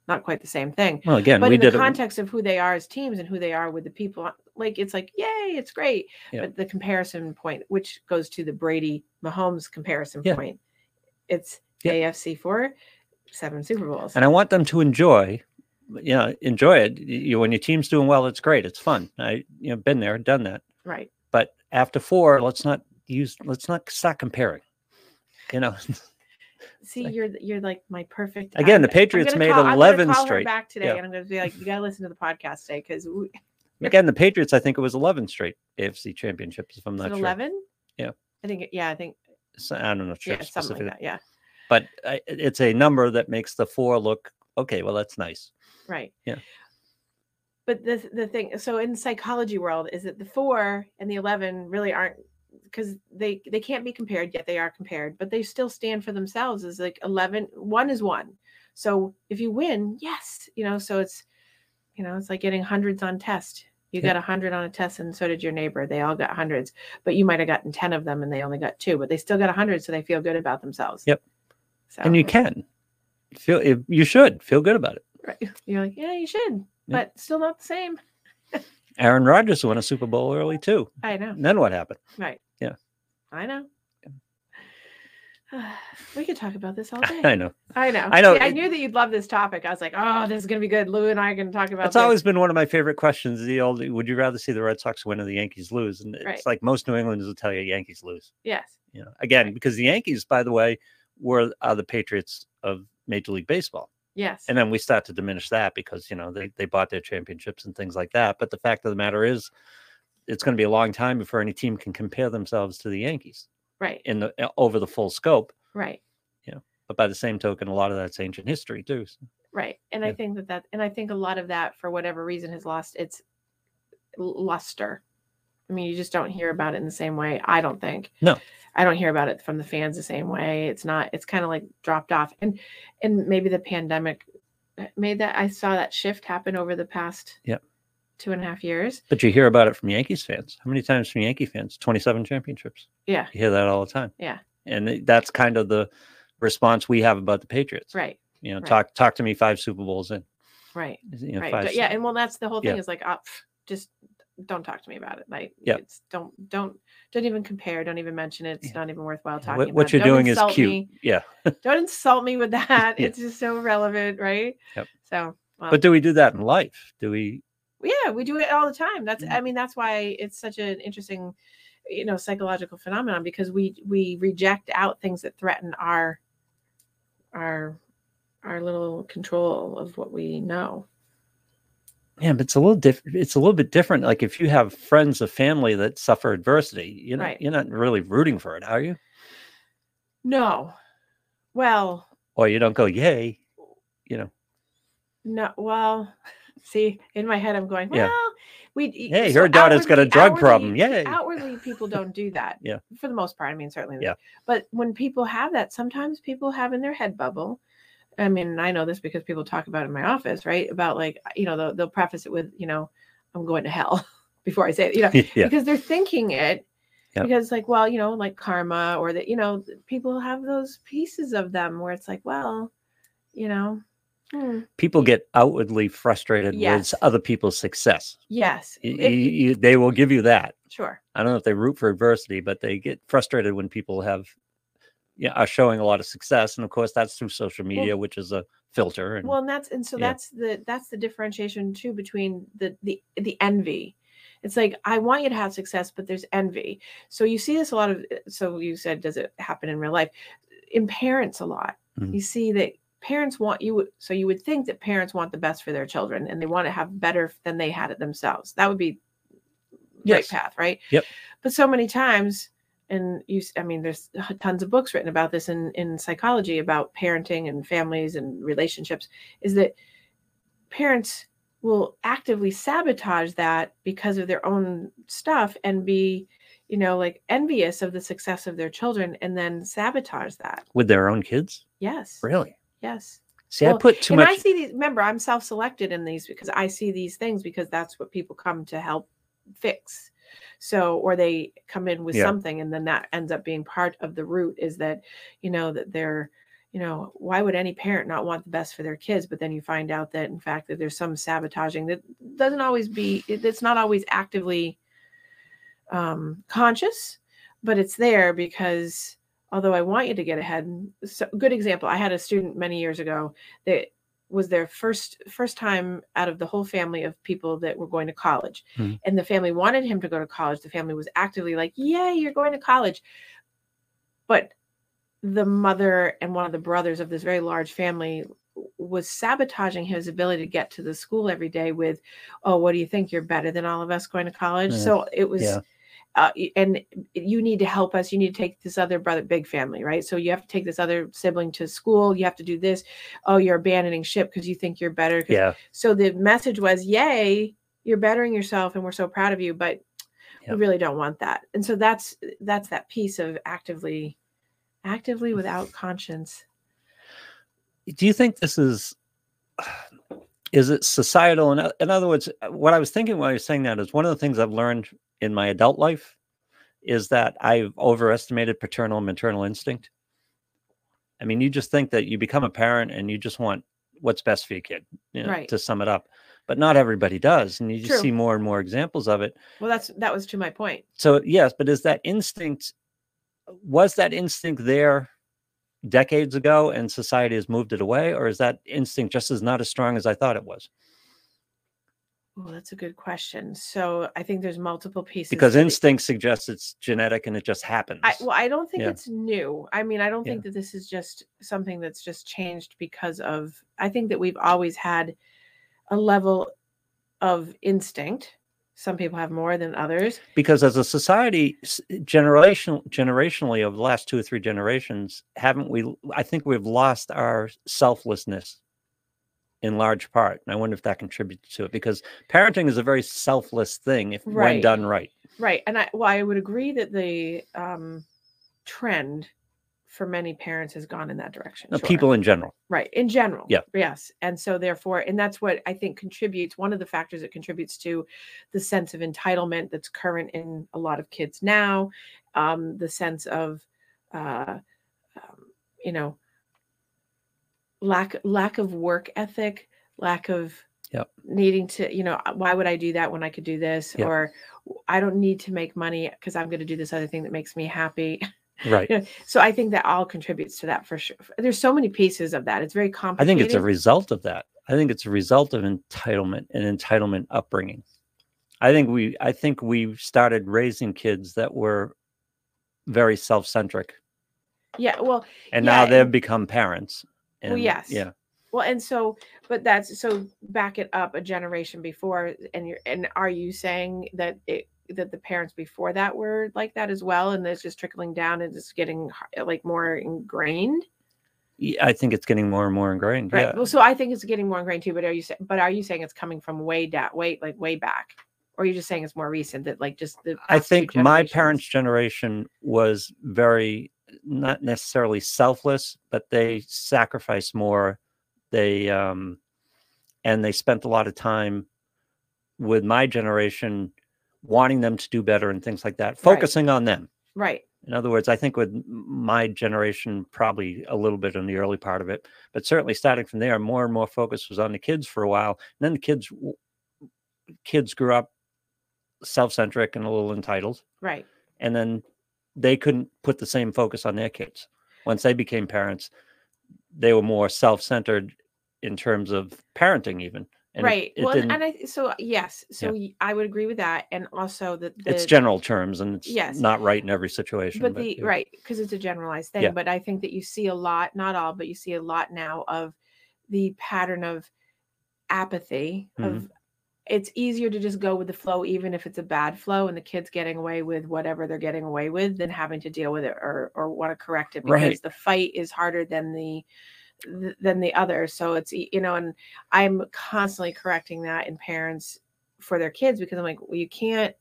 Speaker 1: not quite the same thing.
Speaker 2: Well, again,
Speaker 1: but
Speaker 2: we
Speaker 1: in the
Speaker 2: did it.
Speaker 1: context of who they are as teams and who they are with the people, uh, like it's like, yay, it's great.
Speaker 2: Yeah.
Speaker 1: But the comparison point, which goes to the Brady Mahomes comparison
Speaker 2: Yeah.
Speaker 1: point, it's
Speaker 2: Yeah.
Speaker 1: AFC four, seven Super Bowls.
Speaker 2: and I want them to enjoy, you know, enjoy it. Y- You, when your team's doing well, it's great. It's fun. I, you know, been there, done that.
Speaker 1: right.
Speaker 2: But after four, let's not use, let's not start comparing. You know, [LAUGHS]
Speaker 1: See,
Speaker 2: like-
Speaker 1: you're you're like my perfect.
Speaker 2: Again, the
Speaker 1: I'm- I'm
Speaker 2: Patriots
Speaker 1: gonna
Speaker 2: made
Speaker 1: call- I'm gonna
Speaker 2: 11
Speaker 1: call her
Speaker 2: straight.
Speaker 1: back today,
Speaker 2: Yeah.
Speaker 1: and I'm going to be like, you got to listen to the podcast today because it's
Speaker 2: again, the Patriots. I think it was eleven straight AFC championships. If I'm not sure,
Speaker 1: eleven.
Speaker 2: Yeah.
Speaker 1: I think. it- Yeah, I think.
Speaker 2: So, I don't know sure
Speaker 1: Yeah, something
Speaker 2: specifically,
Speaker 1: like that. Yeah.
Speaker 2: but I, it's a number that makes the four look okay. Well, that's nice.
Speaker 1: Right.
Speaker 2: Yeah.
Speaker 1: But the the thing, so in psychology world, is that the four and the eleven really aren't because they they can't be compared yet they are compared but they still stand for themselves as like 11 one is one so if you win yes you know so it's you know it's like getting hundreds on test you
Speaker 2: Yeah.
Speaker 1: got a hundred on a test and so did your neighbor they all got hundreds but you might have gotten 10 of them and they only got two but they still got a hundred so they feel good about themselves
Speaker 2: Yep.
Speaker 1: so
Speaker 2: and you can feel if you should feel good about it.
Speaker 1: right. you're like yeah you should
Speaker 2: Yeah.
Speaker 1: but still not the same
Speaker 2: Aaron Rodgers won a Super Bowl early too.
Speaker 1: i know
Speaker 2: And then what happened? [LAUGHS]
Speaker 1: Right.
Speaker 2: Yeah.
Speaker 1: I know. [SIGHS] We could talk about this all
Speaker 2: [LAUGHS] I
Speaker 1: day.
Speaker 2: know
Speaker 1: I know.
Speaker 2: I know,
Speaker 1: See, I
Speaker 2: it-
Speaker 1: knew that you'd love this topic. I was like, oh, this is going to be good. Lou and I are going to talk about
Speaker 2: that's
Speaker 1: this.
Speaker 2: always been one of my favorite questions. The old would you rather see the Red Sox win or the Yankees lose? And it's
Speaker 1: Right.
Speaker 2: like most New Englanders will tell you Yankees lose.
Speaker 1: Yes.
Speaker 2: You know, again
Speaker 1: Right.
Speaker 2: because the Yankees, by the way, were are the Patriots of Major League Baseball.
Speaker 1: Yes.
Speaker 2: and then we start to diminish that because you know they, they bought their championships and things like that but the fact of the matter is it's going to be a long time before any team can compare themselves to the yankees
Speaker 1: right.
Speaker 2: in the uh, over the full scope
Speaker 1: Right.
Speaker 2: but by the same token a lot of that's ancient history too so-
Speaker 1: Right. And I
Speaker 2: Yeah.
Speaker 1: think that that, and I think a lot of that, for whatever reason, has lost its l- luster. I mean, you just don't hear about it in the same way. I don't think.
Speaker 2: No.
Speaker 1: I don't hear about it from the fans the same way. It's not. It's kind of like dropped off, and and maybe the pandemic made that. I saw that shift happen over the past.
Speaker 2: Yep.
Speaker 1: Two and a half years.
Speaker 2: but you hear about it from yankees fans how many times from yankee fans 27 championships
Speaker 1: Yeah.
Speaker 2: you hear that all the time
Speaker 1: Yeah.
Speaker 2: and it- that's kind of the response we have about the patriots
Speaker 1: Right.
Speaker 2: you know
Speaker 1: right.
Speaker 2: talk talk to me five super bowls in
Speaker 1: Right.
Speaker 2: you know,
Speaker 1: right.
Speaker 2: five,
Speaker 1: But yeah, and well, that's the whole thing
Speaker 2: Yeah.
Speaker 1: is like, oh, pff, just don't talk to me about it. Like,
Speaker 2: Yeah.
Speaker 1: it's don't don't don't even compare. Don't even mention it. It's
Speaker 2: Yeah.
Speaker 1: not even worthwhile
Speaker 2: yeah,
Speaker 1: talking.
Speaker 2: what,
Speaker 1: about
Speaker 2: what
Speaker 1: it.
Speaker 2: you're
Speaker 1: Don't
Speaker 2: doing is
Speaker 1: insult
Speaker 2: cute
Speaker 1: me.
Speaker 2: yeah
Speaker 1: Don't insult me with [LAUGHS] that.
Speaker 2: Yeah.
Speaker 1: It's just so relevant, right?
Speaker 2: Yep.
Speaker 1: So, well,
Speaker 2: but do we do that in life do we
Speaker 1: yeah, we do it all the time. That's
Speaker 2: Mhm.
Speaker 1: I mean, that's why it's such an interesting, you know, psychological phenomenon because we we reject out things that threaten our our our little control of what we know.
Speaker 2: Yeah, but it's a little different. It's a little bit different. Like if you have friends or family that suffer adversity, you know,
Speaker 1: Right.
Speaker 2: you're not really rooting for it, are you?
Speaker 1: No. Well,
Speaker 2: Or you don't go, yay, you know,
Speaker 1: No, well, see, in my head, I'm going, well,
Speaker 2: Yeah.
Speaker 1: we.
Speaker 2: hey, her daughter's got a drug problem. Yay.
Speaker 1: E, Outwardly, people don't do that.
Speaker 2: Yeah.
Speaker 1: For the most part. I mean, certainly.
Speaker 2: Yeah.
Speaker 1: But when people have that, sometimes people have in their head bubble. I mean, I know this because people talk about it in my office, right? About like, uh, you know, they'll, they'll preface it with, you know, I'm going to hell [LAUGHS] before I say it, you know,
Speaker 2: [LAUGHS] [LAUGHS]
Speaker 1: [LAUGHS]
Speaker 2: yeah.
Speaker 1: because they're thinking it.
Speaker 2: Yep.
Speaker 1: Because, like, well, you know, like karma, or that, you know, th- people have those pieces of them where it's like, well, you know, hmm,
Speaker 2: People get outwardly frustrated
Speaker 1: Yes.
Speaker 2: with other people's success.
Speaker 1: yes,
Speaker 2: Y-
Speaker 1: if-
Speaker 2: y- you- they will give you that.
Speaker 1: Sure.
Speaker 2: I don't know if they root for adversity, but they get frustrated when people have, yeah, are showing a lot of success. And of course, that's through social media, which is a filter. And
Speaker 1: Well, and that's and so
Speaker 2: Yeah.
Speaker 1: that's the that's the differentiation too between the the the envy. It's like I want you to have success, but there's envy. So you see this a lot of. So you said, does it happen in real life? In parents, a lot.
Speaker 2: Mhm.
Speaker 1: You see that parents want you. would- So you would think that parents want the best for their children, and they want to have better than they had it themselves. That would be
Speaker 2: Yes.
Speaker 1: right path, right?
Speaker 2: Yep.
Speaker 1: But so many times, and you, s- I mean, there's tons of books written about this in in psychology about parenting and families and relationships. Is that parents will actively sabotage that because of their own stuff and be, you know, like envious of the success of their children and then sabotage that.
Speaker 2: with their own kids.
Speaker 1: Yes.
Speaker 2: Really?
Speaker 1: Yes
Speaker 2: See, I
Speaker 1: Well,
Speaker 2: put too
Speaker 1: and
Speaker 2: much.
Speaker 1: I see these. Remember, I'm self-selected in these because I see these things because that's what people come to help fix. So, or they come in with
Speaker 2: Yeah.
Speaker 1: something, and then that ends up being part of the root is that you know that they're you know, why would any parent not want the best for their kids? But then you find out that in fact that there's some sabotaging that doesn't always be it- it's not always actively um, conscious, but it's there because although I want you to get ahead, so good example. I had a student many years ago that was their first first time out of the whole family of people that were going to college
Speaker 2: Mhm.
Speaker 1: and the family wanted him to go to college the family was actively like yay you're going to college but the mother and one of the brothers of this very large family was sabotaging his ability to get to the school every day with oh what do you think you're better than all of us going to college
Speaker 2: Yeah.
Speaker 1: so it was
Speaker 2: Yeah.
Speaker 1: uh, y- and you need to help us you need to take this other brother big family right so you have to take this other sibling to school you have to do this oh you're abandoning ship because you think you're better 'cause
Speaker 2: Yeah.
Speaker 1: so the message was, yay, you're bettering yourself and we're so proud of you, but
Speaker 2: Yep.
Speaker 1: we really don't want that. And so that's that's that piece of actively actively without conscience.
Speaker 2: do you think this is is it societal in, o- in other words what i was thinking while you're saying that is one of the things i've learned in my adult life is that i've overestimated paternal and maternal instinct i mean you just think that you become a parent and you just want what's best for your kid you know,
Speaker 1: Right.
Speaker 2: to sum it up but not everybody does and you just
Speaker 1: True.
Speaker 2: see more and more examples of it
Speaker 1: Well, that's that was to my point.
Speaker 2: so yes but is that instinct was that instinct there decades ago and society has moved it away or is that instinct just as not as strong as i thought it was
Speaker 1: Oh, that's a good question. So I think there's multiple pieces
Speaker 2: because
Speaker 1: to the-
Speaker 2: instinct suggests it's genetic and it just happens
Speaker 1: I, well, I don't think
Speaker 2: Yeah.
Speaker 1: it's new. I mean, I don't
Speaker 2: Yeah.
Speaker 1: think that this is just something that's just changed because of. I think that we've always had a level of instinct. Some people have more than others.
Speaker 2: because as a society s- generational generationally over the last two or three generations haven't we l- i think we've lost our selflessness in large part and i wonder if that contributes to it because parenting is a very selfless thing if when
Speaker 1: Right.
Speaker 2: done right
Speaker 1: Right. And I well, I would agree that the um trend for many parents has gone in that direction.
Speaker 2: Uh,
Speaker 1: sure.
Speaker 2: people in general
Speaker 1: right in general.
Speaker 2: Yeah.
Speaker 1: Yes. And so therefore, and that's what I think contributes one of the factors that contributes to the sense of entitlement that's current in a lot of kids now, um, the sense of uh um, you know lack lack of work ethic, lack of
Speaker 2: Yep.
Speaker 1: needing to, you know, why would I do that when I could do this
Speaker 2: Yep.
Speaker 1: or I don't need to make money because I'm going to do this other thing that makes me happy.
Speaker 2: right
Speaker 1: So I think that all contributes to that for sure. There's so many pieces of that. It's very
Speaker 2: I
Speaker 1: complicated.
Speaker 2: think it's a result of that. I think it's a result of entitlement and entitlement upbringing. I think we I think we started raising kids that were very self-centric
Speaker 1: yeah. Well,
Speaker 2: and
Speaker 1: Yeah,
Speaker 2: now they've
Speaker 1: and-
Speaker 2: become parents.
Speaker 1: Well,
Speaker 2: and-
Speaker 1: yes.
Speaker 2: Yeah.
Speaker 1: well, and so, but that's so back it up a generation before, and you're and are you saying that it that the parents before that were like that as well, and it's just trickling down and it's getting h- uh, like more ingrained,
Speaker 2: Y- I think it's getting more and more ingrained.
Speaker 1: right?
Speaker 2: Yeah.
Speaker 1: Well, so I think it's getting more ingrained too. But are you sa- but are you saying it's coming from way down, way like way back, or are you just saying it's more recent that like just the
Speaker 2: I
Speaker 1: past two
Speaker 2: think my
Speaker 1: generations?
Speaker 2: parents' generation was very not necessarily selfless, but they sacrificed more. They um and they spent a lot of time with my generation wanting them to do better and things like that,
Speaker 1: Right.
Speaker 2: focusing on them.
Speaker 1: right?
Speaker 2: In other words, I think with m- my generation, probably a little bit in the early part of it, but certainly starting from there, more and more focus was on the kids for a while. And then the kids w- kids grew up self-centric and a little entitled
Speaker 1: Right.
Speaker 2: and then they couldn't put the same focus on their kids once they became parents they were more self-centered in terms of parenting even and it-
Speaker 1: right.
Speaker 2: it
Speaker 1: well, and,
Speaker 2: didn't-
Speaker 1: and I so uh, yes, so y I I would agree with that, and also that the,
Speaker 2: it's general terms and it's
Speaker 1: Yes.
Speaker 2: not right in every situation
Speaker 1: but the
Speaker 2: yeah.
Speaker 1: right because it's a generalized thing.
Speaker 2: Yeah.
Speaker 1: But I think that you see a lot, not all, but you see a lot now of the pattern of apathy
Speaker 2: Mm-hmm.
Speaker 1: of it's easier to just go with the flow even if it's a bad flow and the kids getting away with whatever they're getting away with than having to deal with it or or want to correct it because
Speaker 2: Right.
Speaker 1: the fight is harder than the th- than the other so it's e- you know and i'm constantly correcting that in parents for their kids because i'm like well, you can't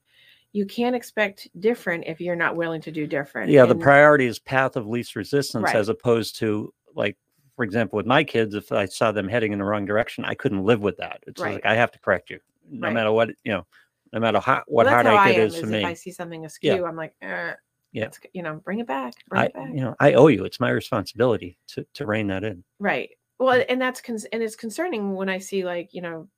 Speaker 1: you can't expect different if you're not willing to do different
Speaker 2: yeah the
Speaker 1: And-
Speaker 2: priority is path of least resistance
Speaker 1: Right.
Speaker 2: as opposed to like for example with my kids if i saw them heading in the wrong direction i couldn't live with that it's
Speaker 1: Right.
Speaker 2: like i have to correct you no
Speaker 1: Right.
Speaker 2: matter what you know no matter how,
Speaker 1: Well,
Speaker 2: what
Speaker 1: that's how
Speaker 2: heartache
Speaker 1: I
Speaker 2: it
Speaker 1: am,
Speaker 2: is for
Speaker 1: if
Speaker 2: me
Speaker 1: I see something askew, I'm like, eh,
Speaker 2: Yeah.
Speaker 1: It's- you know, bring it back. Bring
Speaker 2: I,
Speaker 1: it back.
Speaker 2: you know, I owe you. It's my responsibility to to rein that in.
Speaker 1: Right. Well, and that's con- and it's concerning when I see like you know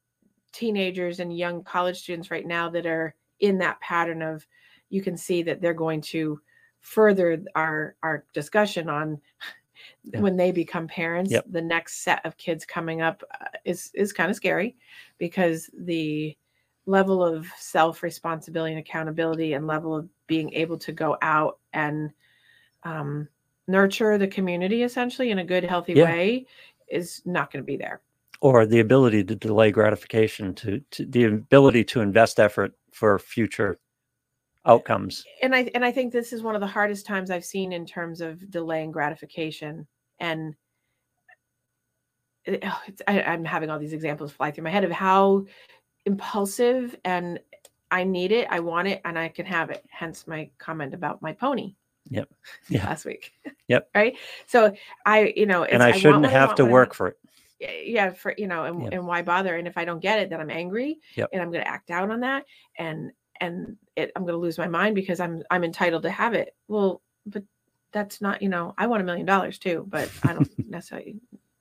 Speaker 1: teenagers and young college students right now that are in that pattern of you can see that they're going to further our our discussion on
Speaker 2: Yeah.
Speaker 1: when they become parents
Speaker 2: Yep.
Speaker 1: the next set of kids coming up uh, is is kind of scary because the level of self responsibility and accountability and level of being able to go out and um, nurture the community essentially in a good healthy
Speaker 2: Yeah.
Speaker 1: way is not going to be there
Speaker 2: or the ability to delay gratification to, to the ability to invest effort for future outcomes
Speaker 1: and I and I think this is one of the hardest times I've seen in terms of delaying gratification and it- oh, it's, I, I'm having all these examples fly through my head of how impulsive and I need it, I want it, and I can have it. Hence my comment about my pony.
Speaker 2: Yep. [LAUGHS] Yeah.
Speaker 1: Last week.
Speaker 2: Yep.
Speaker 1: [LAUGHS] Right. So I, you know,
Speaker 2: and i
Speaker 1: want
Speaker 2: shouldn't
Speaker 1: what
Speaker 2: have
Speaker 1: want
Speaker 2: to
Speaker 1: when I
Speaker 2: work for it
Speaker 1: y- yeah for you know and,
Speaker 2: Yeah.
Speaker 1: and why bother and if i don't get it then i'm angry
Speaker 2: Yep.
Speaker 1: and i'm going to act out on that and and it, i'm going to lose my mind because i'm i'm entitled to have it well but that's not you know i want a million dollars too but i don't
Speaker 2: [LAUGHS]
Speaker 1: necessarily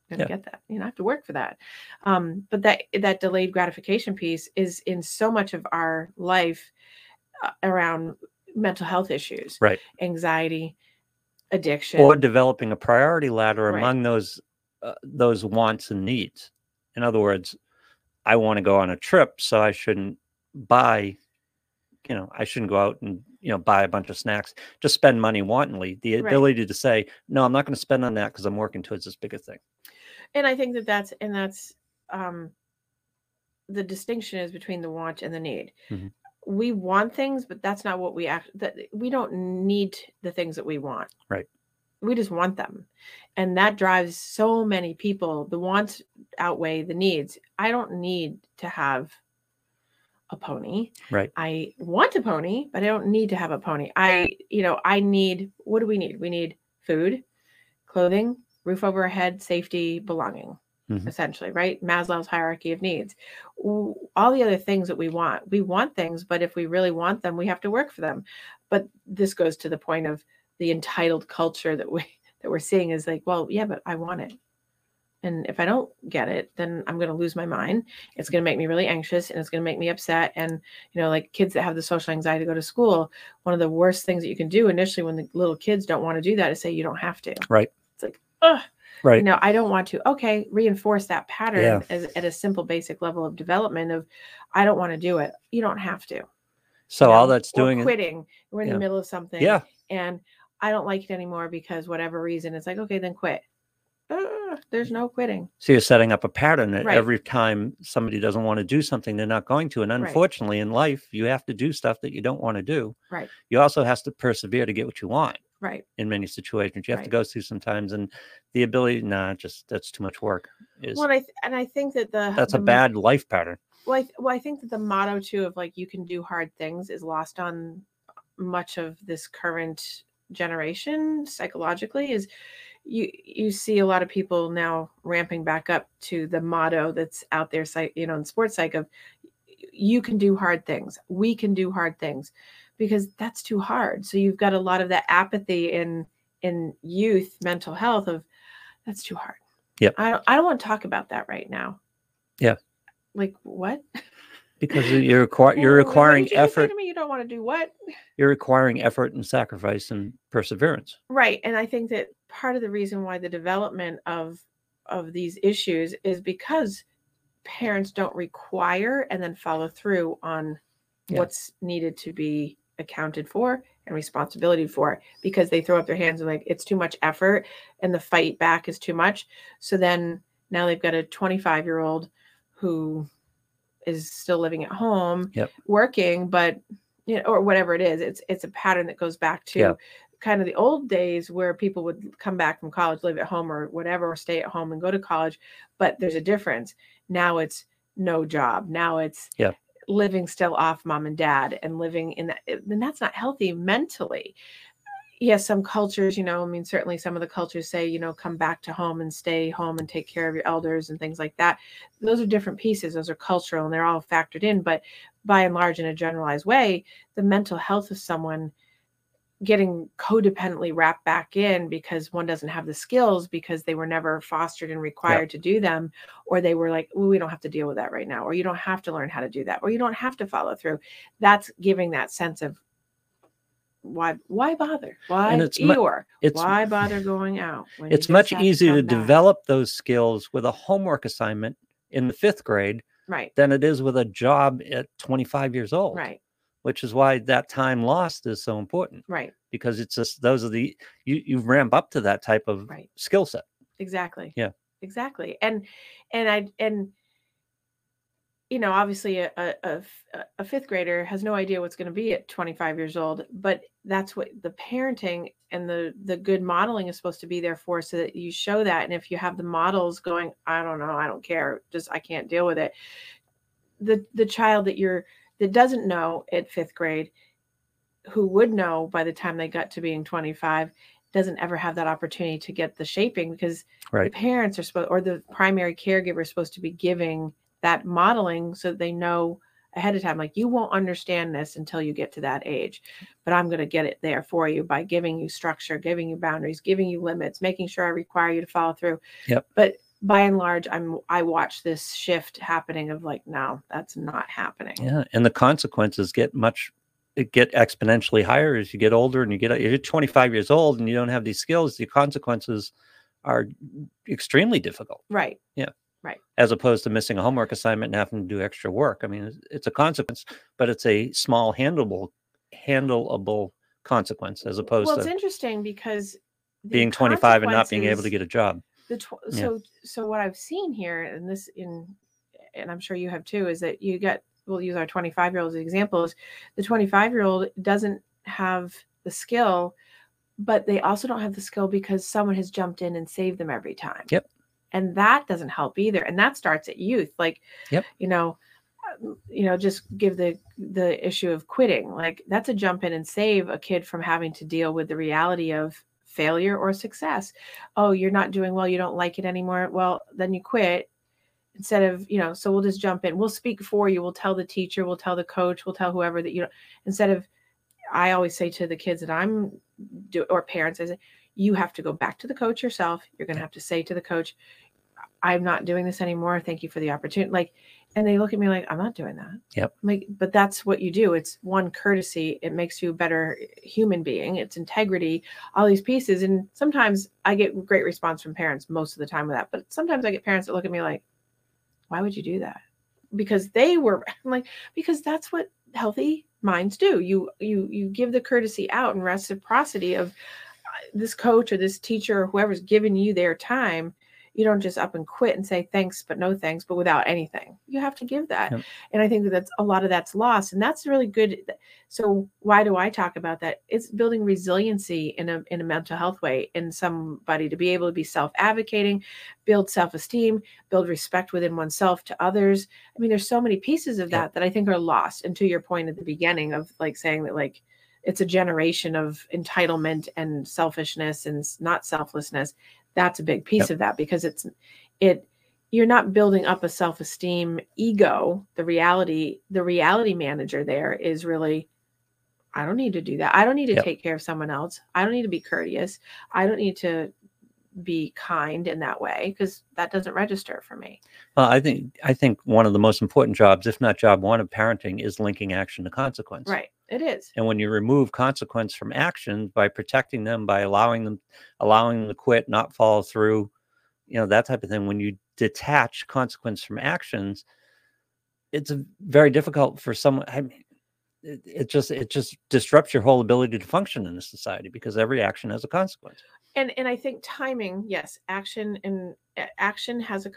Speaker 1: gonna
Speaker 2: Yeah.
Speaker 1: get that you know i have to work for that um but that that delayed gratification piece is in so much of our life uh, around mental health issues
Speaker 2: Right.
Speaker 1: anxiety addiction
Speaker 2: or developing a priority ladder
Speaker 1: Right.
Speaker 2: among those uh, those wants and needs in other words i want to go on a trip so i shouldn't buy you know i shouldn't go out and you know buy a bunch of snacks just spend money wantonly the
Speaker 1: Right.
Speaker 2: ability to say no i'm not going to spend on that because i'm working towards this bigger thing
Speaker 1: and i think that that's and that's um the distinction is between the want and the need
Speaker 2: Mhm.
Speaker 1: we want things but that's not what we act that we don't need the things that we want
Speaker 2: Right.
Speaker 1: we just want them and that drives so many people the wants outweigh the needs i don't need to have a pony
Speaker 2: Right.
Speaker 1: i want a pony but i don't need to have a pony i you know i need what do we need we need food clothing roof over our head safety belonging
Speaker 2: Mhm.
Speaker 1: essentially right maslow's hierarchy of needs W- all the other things that we want we want things but if we really want them we have to work for them but this goes to the point of the entitled culture that we [LAUGHS] that we're seeing is like well yeah but i want it and if i don't get it then i'm going to lose my mind it's going to make me really anxious and it's going to make me upset and you know like kids that have the social anxiety to go to school one of the worst things that you can do initially when the little kids don't want to do that is say you don't have to
Speaker 2: Right.
Speaker 1: it's like ugh
Speaker 2: right
Speaker 1: you know i don't want to okay reinforce that pattern
Speaker 2: Yeah.
Speaker 1: as, at a simple basic level of development of i don't want to do it you don't have to you
Speaker 2: so all
Speaker 1: know,
Speaker 2: that's
Speaker 1: um, or
Speaker 2: doing is
Speaker 1: quitting we're in
Speaker 2: yeah.
Speaker 1: the middle of something
Speaker 2: yeah
Speaker 1: and i don't like it anymore because whatever reason it's like okay then quit Ah, there's no quitting
Speaker 2: So you're setting up a pattern that
Speaker 1: Right.
Speaker 2: every time somebody doesn't want to do something, they're not going to. And unfortunately, in life, you have to do stuff that you don't want to do.
Speaker 1: Right.
Speaker 2: You also has to persevere to get what you want
Speaker 1: right
Speaker 2: in many situations. You have to
Speaker 1: Right.
Speaker 2: go through sometimes, and the ability, nah, just that's too much work. Is
Speaker 1: well, and I th- and I think that the
Speaker 2: that's
Speaker 1: the
Speaker 2: a
Speaker 1: mo-
Speaker 2: bad life pattern.
Speaker 1: well I, th- well I think that the motto too of like you can do hard things is lost on much of this current generation psychologically is you you see a lot of people now ramping back up to the motto that's out there psych, you know in sports psych of you can do hard things we can do hard things because that's too hard so you've got a lot of that apathy in in youth mental health of that's too hard
Speaker 2: Yep.
Speaker 1: i don't, I don't want to talk about that right now
Speaker 2: Yeah.
Speaker 1: like what [LAUGHS]
Speaker 2: Because you're requir-
Speaker 1: Well,
Speaker 2: you're
Speaker 1: what did
Speaker 2: requiring
Speaker 1: you just say
Speaker 2: effort.
Speaker 1: to me you don't want to do what
Speaker 2: You're requiring effort and sacrifice and perseverance.
Speaker 1: right and i think that part of the reason why the development of of these issues is because parents don't require and then follow through on
Speaker 2: Yeah.
Speaker 1: what's needed to be accounted for and responsibility for because they throw up their hands and like it's too much effort and the fight back is too much so then now they've got a 25 year old who is still living at home
Speaker 2: Yep.
Speaker 1: working but you know or whatever it is it's it's a pattern that goes back to
Speaker 2: Yeah.
Speaker 1: kind of the old days where people would come back from college live at home or whatever or stay at home and go to college but there's a difference now it's no job now it's
Speaker 2: Yeah.
Speaker 1: living still off mom and dad and living in that then that's not healthy mentally yes some cultures you know i mean certainly some of the cultures say you know come back to home and stay home and take care of your elders and things like that those are different pieces those are cultural and they're all factored in but by and large in a generalized way the mental health of someone getting codependently wrapped back in because one doesn't have the skills because they were never fostered and required to do them or they were like well, we don't have to deal with that right now or you don't have to learn how to do that or you don't have to follow through that's giving that sense of why why bother why
Speaker 2: And it's mu-
Speaker 1: Eeyore?
Speaker 2: it's-
Speaker 1: why bother going out when you
Speaker 2: it's
Speaker 1: just
Speaker 2: much
Speaker 1: have to
Speaker 2: easier to
Speaker 1: come back?
Speaker 2: develop those skills with a homework assignment in the fifth grade
Speaker 1: right
Speaker 2: than it is with a job at 25 years old
Speaker 1: right
Speaker 2: which is why that time lost is so important
Speaker 1: right
Speaker 2: because it's just those are the you you ramp up to that type of
Speaker 1: Right.
Speaker 2: skill set
Speaker 1: exactly
Speaker 2: Yeah.
Speaker 1: exactly and and i and you know obviously a, a, a f- a- a fifth grader has no idea what's going to be at 25 years old but that's what the parenting and the the good modeling is supposed to be there for so that you show that and if you have the models going i don't know i don't care just i can't deal with it the the child that you're that doesn't know at fifth grade who would know by the time they got to being 25 doesn't ever have that opportunity to get the shaping because the
Speaker 2: right
Speaker 1: parents are supposed or the primary caregiver is supposed to be giving that modeling so that they know ahead of time like you won't understand this until you get to that age but i'm going to get it there for you by giving you structure giving you boundaries giving you limits making sure i require you to follow through
Speaker 2: Yep.
Speaker 1: but by and large i'm i watch this shift happening of like no that's not happening
Speaker 2: yeah and the consequences get much it get exponentially higher as you get older and you get you're 25 years old and you don't have these skills the consequences are extremely difficult
Speaker 1: right
Speaker 2: as opposed to missing a homework assignment and having to do extra work. I mean, it's, it's a consequence, but it's a small handleable handleable consequence as opposed
Speaker 1: well it's
Speaker 2: to
Speaker 1: interesting because the
Speaker 2: being 25 and not being able to
Speaker 1: consequences-
Speaker 2: get a job.
Speaker 1: the tw-
Speaker 2: Yeah.
Speaker 1: so so what i've seen here and this in and i'm sure you have too is that you get we'll use our 25 year old as examples the 25 year old doesn't have the skill but they also don't have the skill because someone has jumped in and saved them every time
Speaker 2: Yep.
Speaker 1: and that doesn't help either and that starts at youth like
Speaker 2: Yep.
Speaker 1: you know um, you know just give the the issue of quitting like that's a jump in and save a kid from having to deal with the reality of failure or success oh you're not doing well you don't like it anymore well then you quit instead of you know so we'll just jump in we'll speak for you we'll tell the teacher we'll tell the coach we'll tell whoever that you know instead of i always say to the kids that i'm do or parents i say you have to go back to the coach yourself you're going to have to say to the coach i'm not doing this anymore thank you for the opportunity like and they look at me like i'm not doing that
Speaker 2: Yep.
Speaker 1: I'm like but that's what you do it's one courtesy it makes you a better human being it's integrity all these pieces. And sometimes I get great response from parents most of the time with that. But sometimes I get parents that look at me like, why would you do that? Because they were [LAUGHS] I'm like, because that's what healthy minds do. You you you give the courtesy out and reciprocity of uh, this coach or this teacher or whoever's giving you their time. You don't just up and quit and say thanks, but no thanks, but without anything. You have to give that.
Speaker 2: Yep.
Speaker 1: And I think that that's a lot of that's lost. And that's really good. So why do I talk about that? It's building resiliency in a in a mental health way in somebody to be able to be self-advocating, build self-esteem, build respect within oneself to others. I mean, there's so many pieces of
Speaker 2: Yeah.
Speaker 1: that that I think are lost. And to your point at the beginning of like saying that like it's a generation of entitlement and selfishness and s- not selflessness. That's a big piece
Speaker 2: Yep.
Speaker 1: of that because it's it you're not building up a self-esteem ego. The reality, the reality manager there is really I don't need to do that. I don't need to
Speaker 2: Yep.
Speaker 1: take care of someone else. I don't need to be courteous. I don't need to be kind in that way because that doesn't register for me.
Speaker 2: Well, I think I think one of the most important jobs, if not job one of parenting, is linking action to consequence.
Speaker 1: Right. It is.
Speaker 2: And when you remove consequence from actions by protecting them, by allowing them, allowing them to quit, not follow through, you know, that type of thing, when you detach consequence from actions, it's a- very difficult for someone. I mean, it, it just it just disrupts your whole ability to function in a society because every action has a consequence.
Speaker 1: And and I think timing, yes, action and a- action has a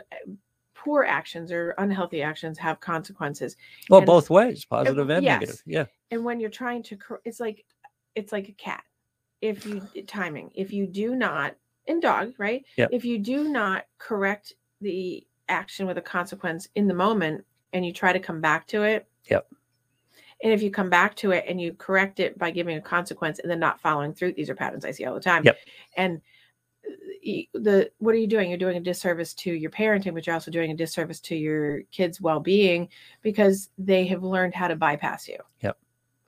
Speaker 1: poor actions or unhealthy actions have consequences.
Speaker 2: Well,
Speaker 1: And-
Speaker 2: both ways, positive and negative.
Speaker 1: yes.
Speaker 2: Yeah.
Speaker 1: and when you're trying to cor- it's like it's like a cat if
Speaker 2: [SIGHS]
Speaker 1: you timing if you do not and dog right
Speaker 2: Yep.
Speaker 1: if you do not correct the action with a consequence in the moment and you try to come back to it
Speaker 2: Yep.
Speaker 1: and if you come back to it and you correct it by giving a consequence and then not following through these are patterns i see all the time
Speaker 2: Yep.
Speaker 1: and uh, y- the what are you doing you're doing a disservice to your parenting but you're also doing a disservice to your kids well-being because they have learned how to bypass you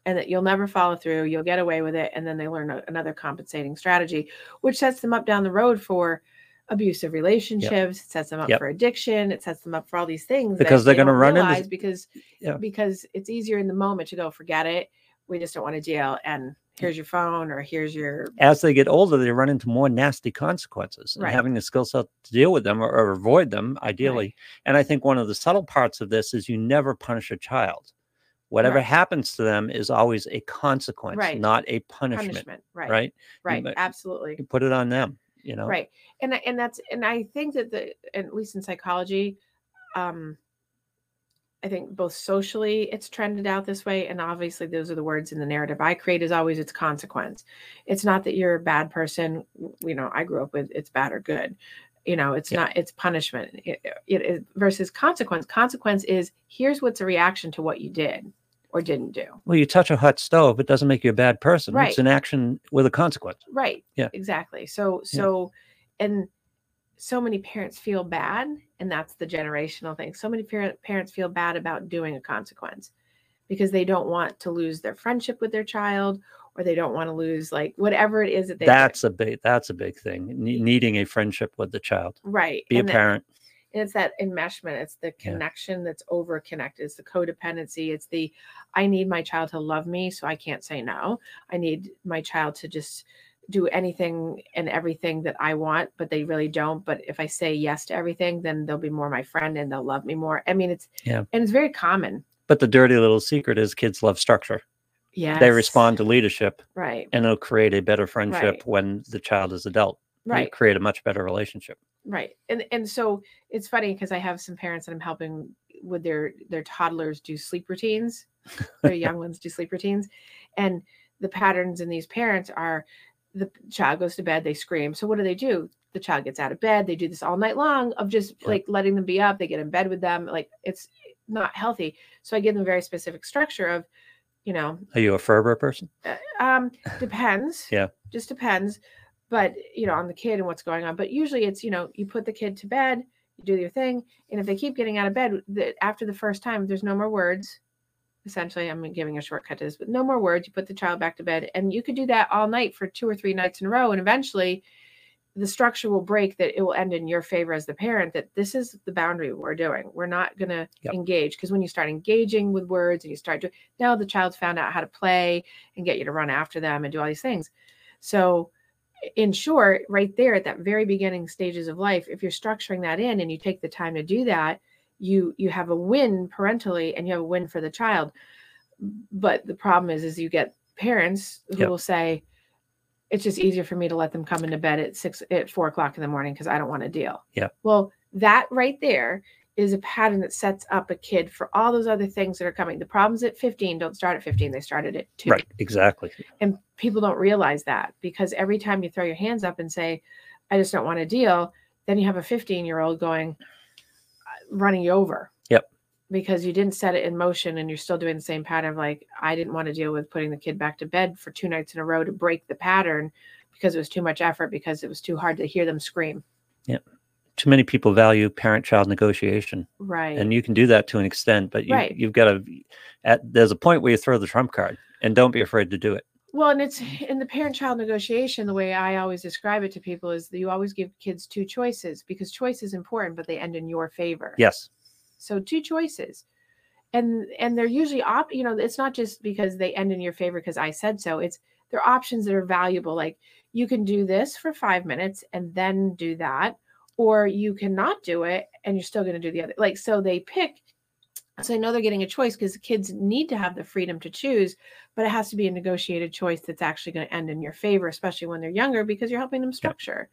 Speaker 1: and that you'll never follow through. You'll get away with it. And then they learn a, another compensating strategy, which sets them up down the road for abusive relationships. It sets them up
Speaker 2: Yep.
Speaker 1: for addiction. It sets them up for all these things that
Speaker 2: Because they're
Speaker 1: they don't
Speaker 2: gonna run into-
Speaker 1: realize because
Speaker 2: Yeah.
Speaker 1: because it's easier in the moment to go forget it. We just don't want to deal.
Speaker 2: Mm.
Speaker 1: And here's your phone or here's your
Speaker 2: As they get older, they run into more nasty consequences. And
Speaker 1: Right.
Speaker 2: having the skill set to deal with them or, or avoid them, ideally. And I think one of the subtle parts of this is you never punish a child. Whatever
Speaker 1: Right.
Speaker 2: happens to them is always a consequence,
Speaker 1: Right.
Speaker 2: not a punishment.
Speaker 1: punishment. Right.
Speaker 2: Right?
Speaker 1: Right.
Speaker 2: might-
Speaker 1: Absolutely.
Speaker 2: You put it on them. You know.
Speaker 1: right and I- and that's and i think that the at least in psychology um i think both socially it's trended out this way and obviously those are the words in the narrative i create is always its consequence it's not that you're a bad person w- you know i grew up with it's bad or good you know it's
Speaker 2: Yeah.
Speaker 1: not it's punishment it, it is versus consequence consequence is here's what's a reaction to what you did or didn't do
Speaker 2: Well, you touch a hot stove, it doesn't make you a bad person.
Speaker 1: Right.
Speaker 2: It's an action with a consequence.
Speaker 1: Right.
Speaker 2: Yeah.
Speaker 1: Exactly. So so and so many parents feel bad and that's the generational thing. So many parent, parents feel bad about doing a consequence because they don't want to lose their friendship with their child or they don't want to lose like whatever it is that they
Speaker 2: that's a big. That's a big thing. Ne- needing a friendship with the child.
Speaker 1: right.
Speaker 2: Be
Speaker 1: and that-
Speaker 2: a parent.
Speaker 1: and it's that enmeshment it's the
Speaker 2: Yeah.
Speaker 1: connection that's over connected it's the codependency it's the i need my child to love me so i can't say no i need my child to just do anything and everything that i want but they really don't but if i say yes to everything then they'll be more my friend and they'll love me more i mean it's
Speaker 2: Yeah.
Speaker 1: and it's very common
Speaker 2: But the dirty little secret is kids love structure.
Speaker 1: yeah
Speaker 2: They respond to leadership
Speaker 1: right
Speaker 2: and it'll create a better friendship
Speaker 1: Right.
Speaker 2: when the child is adult. It'll
Speaker 1: right
Speaker 2: create a much better relationship.
Speaker 1: right and and so it's funny because i have some parents that i'm helping with their their toddlers do sleep routines their young ones do sleep routines and the patterns in these parents are the child goes to bed they scream so what do they do the child gets out of bed they do this all night long of just
Speaker 2: Yep.
Speaker 1: like letting them be up they get in bed with them like it's not healthy so i give them very specific structure of you know
Speaker 2: Are you a Ferber person?
Speaker 1: uh, um depends
Speaker 2: Yeah.
Speaker 1: just depends but you know on the kid and what's going on but usually it's you know you put the kid to bed you do your thing and if they keep getting out of bed the, after the first time there's no more words essentially i'm giving a shortcut to this but no more words you put the child back to bed and you could do that all night for two or three nights in a row and eventually the structure will break that it will end in your favor as the parent that this is the boundary we're doing we're not going to
Speaker 2: Yep.
Speaker 1: engage because when you start engaging with words and you start doing now the child's found out how to play and get you to run after them and do all these things. So, in short, right there at that very beginning stages of life, if you're structuring that in and you take the time to do that, you you have a win parentally and you have a win for the child. But the problem is, is you get parents who
Speaker 2: Yep.
Speaker 1: will say, "It's just easier for me to let them come into bed at six at four o'clock in the morning because I don't want to deal."
Speaker 2: Yep.
Speaker 1: Well, that right there is a pattern that sets up a kid for all those other things that are coming. The problems at 15 don't start at 15; they started at two.
Speaker 2: Right. Exactly.
Speaker 1: And people don't realize that because every time you throw your hands up and say, I just don't want to deal, then you have a 15 year old going, uh, running you over.
Speaker 2: Yep.
Speaker 1: Because you didn't set it in motion and you're still doing the same pattern of like, I didn't want to deal with putting the kid back to bed for two nights in a row to break the pattern because it was too much effort, because it was too hard to hear them scream.
Speaker 2: Too many people value parent child negotiation.
Speaker 1: Right.
Speaker 2: And you can do that to an extent, but you,
Speaker 1: Right.
Speaker 2: you've got to, at, there's a point where you throw the trump card and don't be afraid to do it.
Speaker 1: Well, and it's in the parent child negotiation, the way I always describe it to people is that you always give kids two choices because choice is important, but they end in your favor.
Speaker 2: Yes.
Speaker 1: So two choices. And and they're usually op, you know, it's not just because they end in your favor because I said so. It's they're options that are valuable. Like you can do this for five minutes and then do that, or you cannot do it and you're still gonna do the other. Like so they pick so I know they're getting a choice because the kids need to have the freedom to choose, but it has to be a negotiated choice that's actually going to end in your favor, especially when they're younger, because you're helping them structure.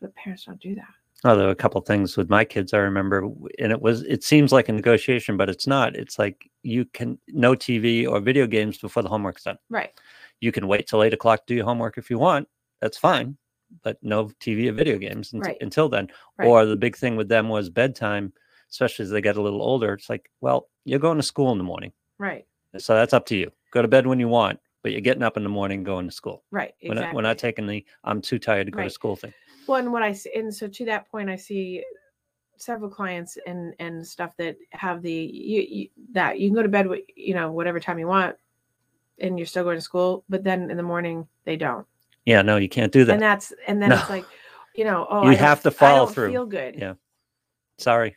Speaker 1: But parents don't do that.
Speaker 2: Although a couple things with my kids, I remember, w- and it was, it seems like a negotiation, but it's not. It's like you can, no TV or video games before the homework's done.
Speaker 1: Right.
Speaker 2: you can wait till eight o'clock to do your homework if you want. That's fine, but no TV or video games unt-
Speaker 1: Right.
Speaker 2: until then.
Speaker 1: Right.
Speaker 2: Or the big thing with them was bedtime, especially as they get a little older. It's like, well, you're going to school in the morning,
Speaker 1: Right.
Speaker 2: so that's up to you. Go to bed when you want, but you're getting up in the morning and going to school.
Speaker 1: Right.
Speaker 2: We're, not, we're not taking the "I'm too tired to go to
Speaker 1: Right.
Speaker 2: school" thing.
Speaker 1: Well, and what I see, and so to that point, I see several clients and and stuff that have the you, you that you can go to bed with you know whatever time you want and you're still going to school, but then in the morning they don't.
Speaker 2: Yeah, no, you can't do that.
Speaker 1: And that's and then
Speaker 2: No.
Speaker 1: it's like, you know, oh,
Speaker 2: You
Speaker 1: I don't-
Speaker 2: have to
Speaker 1: I
Speaker 2: follow
Speaker 1: don't
Speaker 2: through.
Speaker 1: Feel good.
Speaker 2: Yeah. Sorry.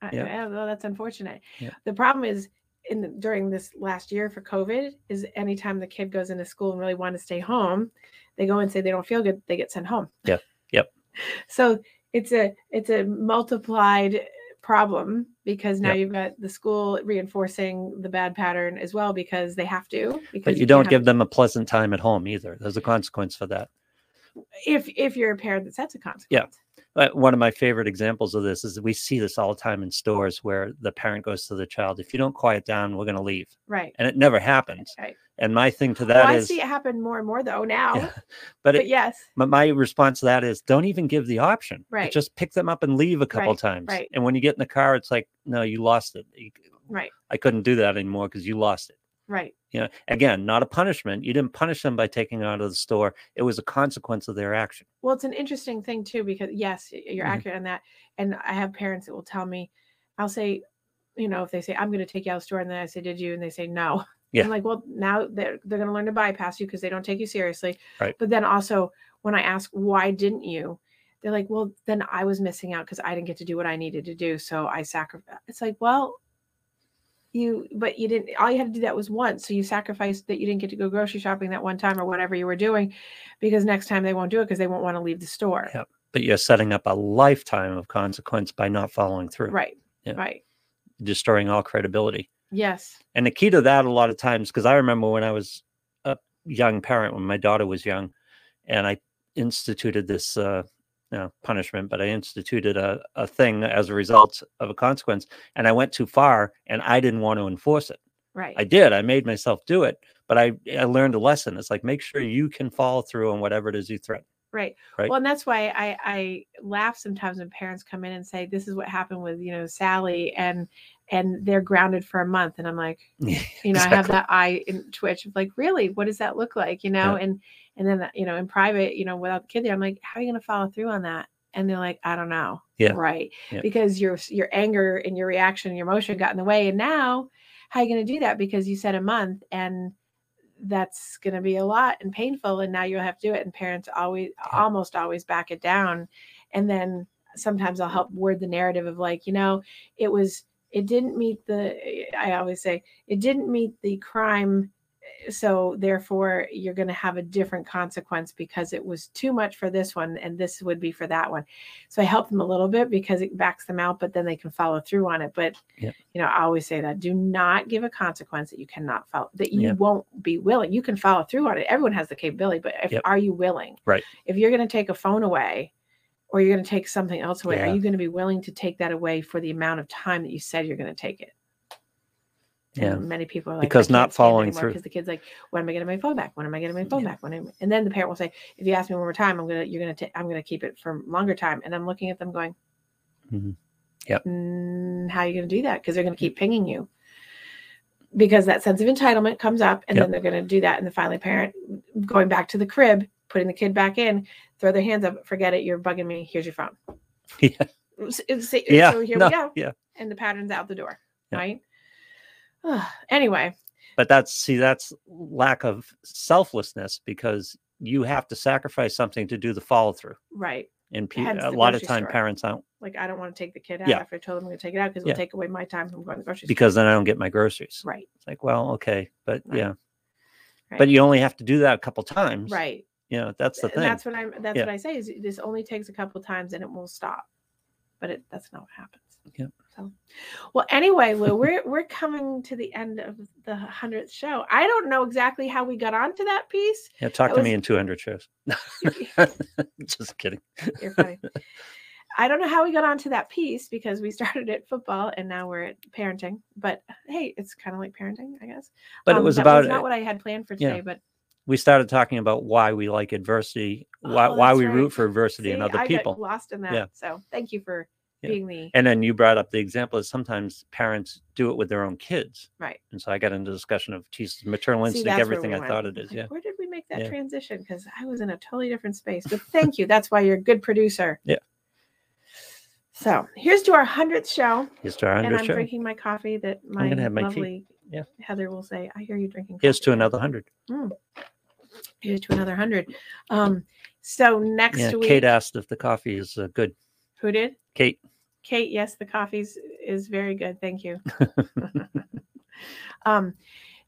Speaker 1: I,
Speaker 2: Yeah.
Speaker 1: I- well, that's unfortunate.
Speaker 2: Yeah.
Speaker 1: The problem is in the, during this last year for COVID is anytime the kid goes into school and really want to stay home, they go and say they don't feel good, they get sent home.
Speaker 2: Yeah. Yep.
Speaker 1: [LAUGHS] So it's a it's a multiplied problem because now
Speaker 2: Yep.
Speaker 1: you've got the school reinforcing the bad pattern as well because they have to. Because
Speaker 2: But you
Speaker 1: can't
Speaker 2: don't
Speaker 1: have-
Speaker 2: give them a pleasant time at home either. There's a consequence for that.
Speaker 1: if if you're a parent that sets a consequence.
Speaker 2: But Uh, one of my favorite examples of this is that we see this all the time in stores where the parent goes to the child, if you don't quiet down, we're going to leave.
Speaker 1: Right.
Speaker 2: And it never happens.
Speaker 1: Right.
Speaker 2: And my thing to
Speaker 1: Well,
Speaker 2: that
Speaker 1: I
Speaker 2: is,
Speaker 1: see it happen more and more though now.
Speaker 2: Yeah,
Speaker 1: but
Speaker 2: but, it,
Speaker 1: yes,
Speaker 2: but my response to that is don't even give the option. It
Speaker 1: Right.
Speaker 2: Just pick them up and leave a couple
Speaker 1: Right,
Speaker 2: times.
Speaker 1: right.
Speaker 2: And when you get in the car, it's like, no, you lost it. You-
Speaker 1: right,
Speaker 2: I couldn't do that anymore because you lost it.
Speaker 1: right,
Speaker 2: You know, again, not a punishment. You didn't punish them by taking them out of the store. It was a consequence of their action.
Speaker 1: well it's an interesting thing too because yes y- you're
Speaker 2: Mhm.
Speaker 1: accurate on that and i have parents that will tell me i'll say you know if they say i'm going to take you out of the store and then i say did you and they say no
Speaker 2: Yeah.
Speaker 1: i'm like well now they're, they're going to learn to bypass you because they don't take you seriously
Speaker 2: Right.
Speaker 1: but then also when i ask why didn't you they're like well then i was missing out because i didn't get to do what i needed to do so i sacrificed it's like well you but you didn't all you had to do that was once so you sacrificed that you didn't get to go grocery shopping that one time or whatever you were doing because next time they won't do it because they won't want to leave the store
Speaker 2: Yeah. But you're setting up a lifetime of consequence by not following through,
Speaker 1: right
Speaker 2: Yeah.
Speaker 1: right
Speaker 2: destroying all credibility.
Speaker 1: yes
Speaker 2: and the key to that a lot of times because i remember when i was a young parent when my daughter was young and i instituted this uh you know, punishment but i instituted a, a thing as a result of a consequence and i went too far and i didn't want to enforce it
Speaker 1: right
Speaker 2: i did i made myself do it but i i learned a lesson it's like make sure you can follow through on whatever it is you threaten
Speaker 1: right
Speaker 2: right?
Speaker 1: well and that's why i i laugh sometimes when parents come in and say this is what happened with you know sally and and they're grounded for a month and i'm
Speaker 2: [LAUGHS]
Speaker 1: like you know i have
Speaker 2: Exactly.
Speaker 1: that eye in twitch of like really what does that look like you know and and then you know in private you know without the kid there i'm like how are you going to follow through on that and they're like i don't know
Speaker 2: Yeah.
Speaker 1: right
Speaker 2: Yeah.
Speaker 1: because your your anger and your reaction and your emotion got in the way and now how are you going to do that because you said a month and that's going to be a lot and painful and now you'll have to do it and parents always
Speaker 2: Yeah.
Speaker 1: almost always back it down and then sometimes i'll help word the narrative of like you know it was it didn't meet the i always say it didn't meet the crime so therefore you're going to have a different consequence because it was too much for this one and this would be for that one so i help them a little bit because it backs them out but then they can follow through on it but
Speaker 2: Yeah.
Speaker 1: you know i always say that do not give a consequence that you cannot follow that you
Speaker 2: Yeah.
Speaker 1: won't be willing you can follow through on it everyone has the capability but if,
Speaker 2: Yep.
Speaker 1: are you willing
Speaker 2: Right.
Speaker 1: if you're going to take a phone away or you're going to take something else away
Speaker 2: Yeah.
Speaker 1: are you going to be willing to take that away for the amount of time that you said you're going to take it
Speaker 2: Yeah.
Speaker 1: and many people are like,
Speaker 2: Because not following through.
Speaker 1: Because the kid's like, when am I getting my phone back? When am I getting my phone
Speaker 2: Yeah.
Speaker 1: back? When am-" and then the parent will say, if you ask me one more time, I'm gonna you're gonna ta- I'm gonna keep it for longer time. And I'm looking at them going,
Speaker 2: Mhm. Yep.
Speaker 1: "Mm, how are you gonna do that? Because they're gonna keep pinging you. Because that sense of entitlement comes up, and then they're gonna do that. And then finally, parent going back to the crib, putting the kid back in, throw their hands up, forget it, you're bugging me. Here's your phone.
Speaker 2: [LAUGHS] yeah
Speaker 1: S- it's- So,
Speaker 2: yeah
Speaker 1: here
Speaker 2: no,
Speaker 1: we go,
Speaker 2: yeah
Speaker 1: and the pattern's out the door,
Speaker 2: Yeah.
Speaker 1: right? anyway,
Speaker 2: but that's see that's lack of selflessness because you have to sacrifice something to do the follow through
Speaker 1: right.
Speaker 2: and pe-
Speaker 1: Hence
Speaker 2: a
Speaker 1: the
Speaker 2: lot of
Speaker 1: grocery
Speaker 2: time
Speaker 1: store.
Speaker 2: parents aren't
Speaker 1: Like I don't want to take the kid out
Speaker 2: Yeah.
Speaker 1: after I told them I'm going to take it out because it'll
Speaker 2: Yeah.
Speaker 1: take away my time from going to the grocery
Speaker 2: because then i don't get my groceries
Speaker 1: store. Right,
Speaker 2: it's like well okay but
Speaker 1: Right.
Speaker 2: yeah
Speaker 1: Right.
Speaker 2: but you only have to do that a couple times
Speaker 1: right.
Speaker 2: you know that's the
Speaker 1: and
Speaker 2: thing
Speaker 1: that's what I'm. That's
Speaker 2: Yeah.
Speaker 1: what I say is this only takes a couple times and it will stop. But it, that's not what happens.
Speaker 2: Yep.
Speaker 1: So, well, anyway, Lou, we're we're coming to the end of the hundredth show. I don't know exactly how we got onto that piece. [LAUGHS]
Speaker 2: yeah talk
Speaker 1: that
Speaker 2: to me
Speaker 1: was-
Speaker 2: in 200 shows [LAUGHS] just kidding
Speaker 1: You're funny. I don't know how we got onto that piece because we [LAUGHS] started at football and now we're at parenting. But hey, it's kind of like parenting, I guess.
Speaker 2: but it
Speaker 1: Um,
Speaker 2: was
Speaker 1: that
Speaker 2: about
Speaker 1: not what I had planned for
Speaker 2: yeah.
Speaker 1: today, but
Speaker 2: we started talking about why we like adversity why,
Speaker 1: Oh,
Speaker 2: why
Speaker 1: that's
Speaker 2: we
Speaker 1: right.
Speaker 2: root for adversity in
Speaker 1: See,
Speaker 2: other
Speaker 1: I
Speaker 2: people
Speaker 1: Got lost in that.
Speaker 2: Yeah.
Speaker 1: So thank you for
Speaker 2: Yeah.
Speaker 1: being the
Speaker 2: and then you brought up the example that sometimes parents do it with their own kids
Speaker 1: right.
Speaker 2: and so i got into discussion of jesus maternal
Speaker 1: See,
Speaker 2: instinct
Speaker 1: that's where
Speaker 2: everything
Speaker 1: we
Speaker 2: i
Speaker 1: went.
Speaker 2: thought it
Speaker 1: I'm [LAUGHS]
Speaker 2: is
Speaker 1: like,
Speaker 2: yeah
Speaker 1: Where did we make that
Speaker 2: Yeah.
Speaker 1: transition? Because I was in a totally different space. But thank you. That's why you're a good producer.
Speaker 2: Yeah.
Speaker 1: So here's to our hundredth show,
Speaker 2: It's our
Speaker 1: and
Speaker 2: 100th
Speaker 1: I'm
Speaker 2: show.
Speaker 1: drinking my coffee that my
Speaker 2: gonna have my tea.
Speaker 1: lovely
Speaker 2: Yeah.
Speaker 1: Heather will say, I hear you drinking.
Speaker 2: Here's
Speaker 1: coffee."
Speaker 2: to another hundred.
Speaker 1: Here's to another hundred. Um, so next
Speaker 2: Yeah,
Speaker 1: week,
Speaker 2: Kate asked if the coffee is uh, good.
Speaker 1: who did?
Speaker 2: Kate,
Speaker 1: Kate, yes, the coffee's is very good. Thank
Speaker 2: [LAUGHS]
Speaker 1: you. [LAUGHS] um,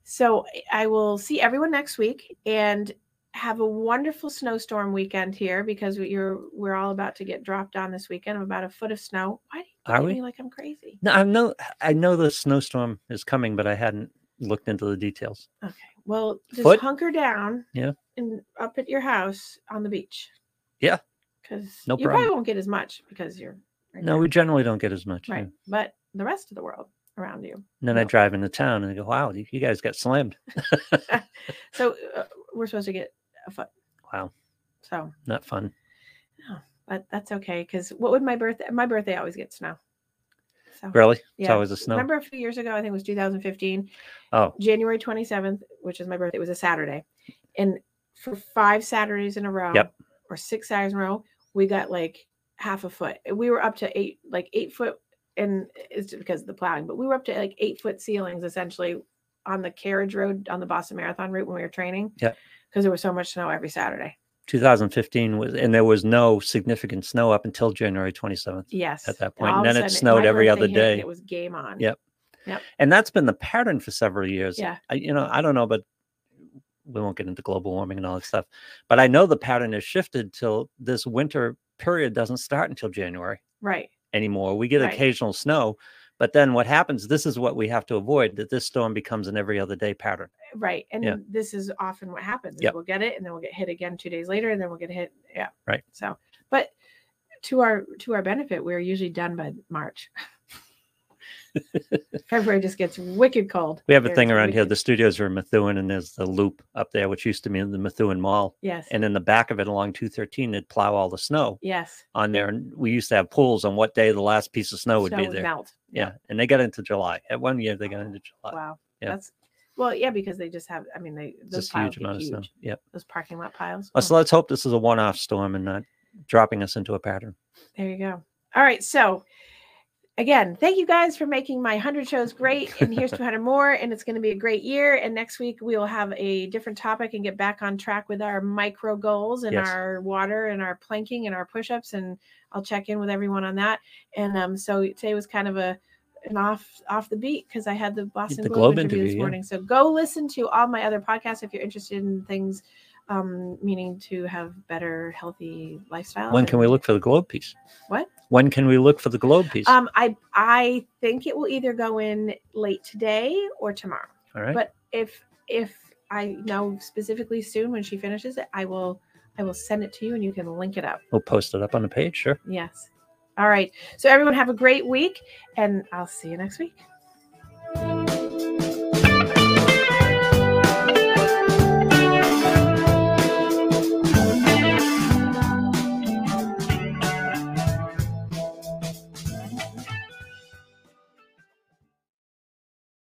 Speaker 1: so I will see everyone next week and have a wonderful snowstorm weekend here because we, you're we're all about to get dropped on this weekend. I'm about a foot of snow. Why do you look
Speaker 2: Are
Speaker 1: at
Speaker 2: we?
Speaker 1: me like I'm crazy?
Speaker 2: no, I know I know the snowstorm is coming, but I hadn't looked into the details.
Speaker 1: Okay. Well, just
Speaker 2: Foot?
Speaker 1: hunker down.
Speaker 2: Yeah.
Speaker 1: And up at your house on the beach.
Speaker 2: Yeah.
Speaker 1: Because
Speaker 2: No
Speaker 1: you probably
Speaker 2: problem.
Speaker 1: won't get as much because you're right
Speaker 2: No,
Speaker 1: there.
Speaker 2: we generally don't get as much. yeah.
Speaker 1: right. But the rest of the world around you.
Speaker 2: And then I
Speaker 1: No.
Speaker 2: drive into town and I go, "Wow, you, you guys got slammed!
Speaker 1: So uh, we're supposed to get a foot.
Speaker 2: Wow,
Speaker 1: So,
Speaker 2: not fun."
Speaker 1: but that's okay because what would my birthday? My birthday always gets snow. So
Speaker 2: Really? It's
Speaker 1: Yeah.
Speaker 2: always a snow.
Speaker 1: remember a few years ago, I think it was 2015,
Speaker 2: Oh,
Speaker 1: January 27th, which is my birthday, it was a Saturday. And for five Saturdays in a row,
Speaker 2: Yep.
Speaker 1: or six Saturdays in a row, we got like half a foot. We were up to eight, like eight foot, and it's because of the plowing, but we were up to like eight foot ceilings essentially on the carriage road on the Boston Marathon route when we were training.
Speaker 2: Yep.
Speaker 1: Because there was so much snow every Saturday.
Speaker 2: 2015 was, and there was no significant snow up until January 27th.
Speaker 1: Yes.
Speaker 2: At that
Speaker 1: And
Speaker 2: point,
Speaker 1: all
Speaker 2: and
Speaker 1: of a
Speaker 2: then it
Speaker 1: sudden,
Speaker 2: snowed
Speaker 1: my
Speaker 2: every other
Speaker 1: birthday hit and
Speaker 2: day.
Speaker 1: It was game on.
Speaker 2: Yep. and that's been the pattern for several years.
Speaker 1: Yeah.
Speaker 2: I, you know, I don't know, but we won't get into global warming and all that stuff. But I know the pattern has shifted till this winter period doesn't start until January
Speaker 1: Right.
Speaker 2: anymore. We get
Speaker 1: Right.
Speaker 2: occasional snow, but then what happens? This is what we have to avoid: that this storm becomes an every other day pattern.
Speaker 1: Right. And
Speaker 2: Yeah.
Speaker 1: this is often what happens. is
Speaker 2: Yep.
Speaker 1: We'll get it and then we'll get hit again two days later and then we'll get hit. Yeah.
Speaker 2: Right.
Speaker 1: So but to our to our benefit, we're usually done by
Speaker 2: [LAUGHS]
Speaker 1: March. February just gets wicked cold.
Speaker 2: We have a
Speaker 1: There's
Speaker 2: thing around here.
Speaker 1: wicked-
Speaker 2: The studios are in Methuen, and there's the loop up there, which used to be the Methuen Mall.
Speaker 1: yes.
Speaker 2: And in the back of it, along 213, they'd plow all the snow
Speaker 1: yes.
Speaker 2: on there. And we used to have pools on what day the last piece of snow would
Speaker 1: Snow
Speaker 2: be
Speaker 1: would
Speaker 2: there.
Speaker 1: melt.
Speaker 2: Yeah. And they got into July. At one year, they got into July.
Speaker 1: Oh, Wow.
Speaker 2: Yeah.
Speaker 1: That's well, yeah, because they just have I mean they those
Speaker 2: Just
Speaker 1: piles
Speaker 2: huge
Speaker 1: get
Speaker 2: amount
Speaker 1: huge.
Speaker 2: of snow. Yep.
Speaker 1: Those parking lot piles.
Speaker 2: Uh,
Speaker 1: Oh.
Speaker 2: So let's hope this is a one off storm and not dropping us into a pattern.
Speaker 1: There you go. All right. So, again, thank you guys for making my 100 shows
Speaker 2: [LAUGHS]
Speaker 1: great. And here's 200 more. And it's going to be a great year. And next week, we will have a different topic and get back on track with our micro goals and
Speaker 2: Yes.
Speaker 1: our water and our planking and our push ups. And I'll check in with everyone on that. And um, so today was kind of a an off off the beat because I had the Boston
Speaker 2: the
Speaker 1: Globe,
Speaker 2: Globe
Speaker 1: interview,
Speaker 2: interview,
Speaker 1: this
Speaker 2: yeah.
Speaker 1: morning. So go listen to all my other podcasts if you're interested in things, um, meaning to have better, healthy lifestyle.
Speaker 2: When can we look for the globe piece?
Speaker 1: What?
Speaker 2: When can we look for the globe piece?
Speaker 1: Um, I I think it will either go in late today or tomorrow.
Speaker 2: All right.
Speaker 1: But if if I know specifically soon when she finishes it, I will I will send it to you and you can link it up.
Speaker 2: We'll post it up on the page. Sure.
Speaker 1: Yes. All right. So everyone have a great week and I'll see you next week.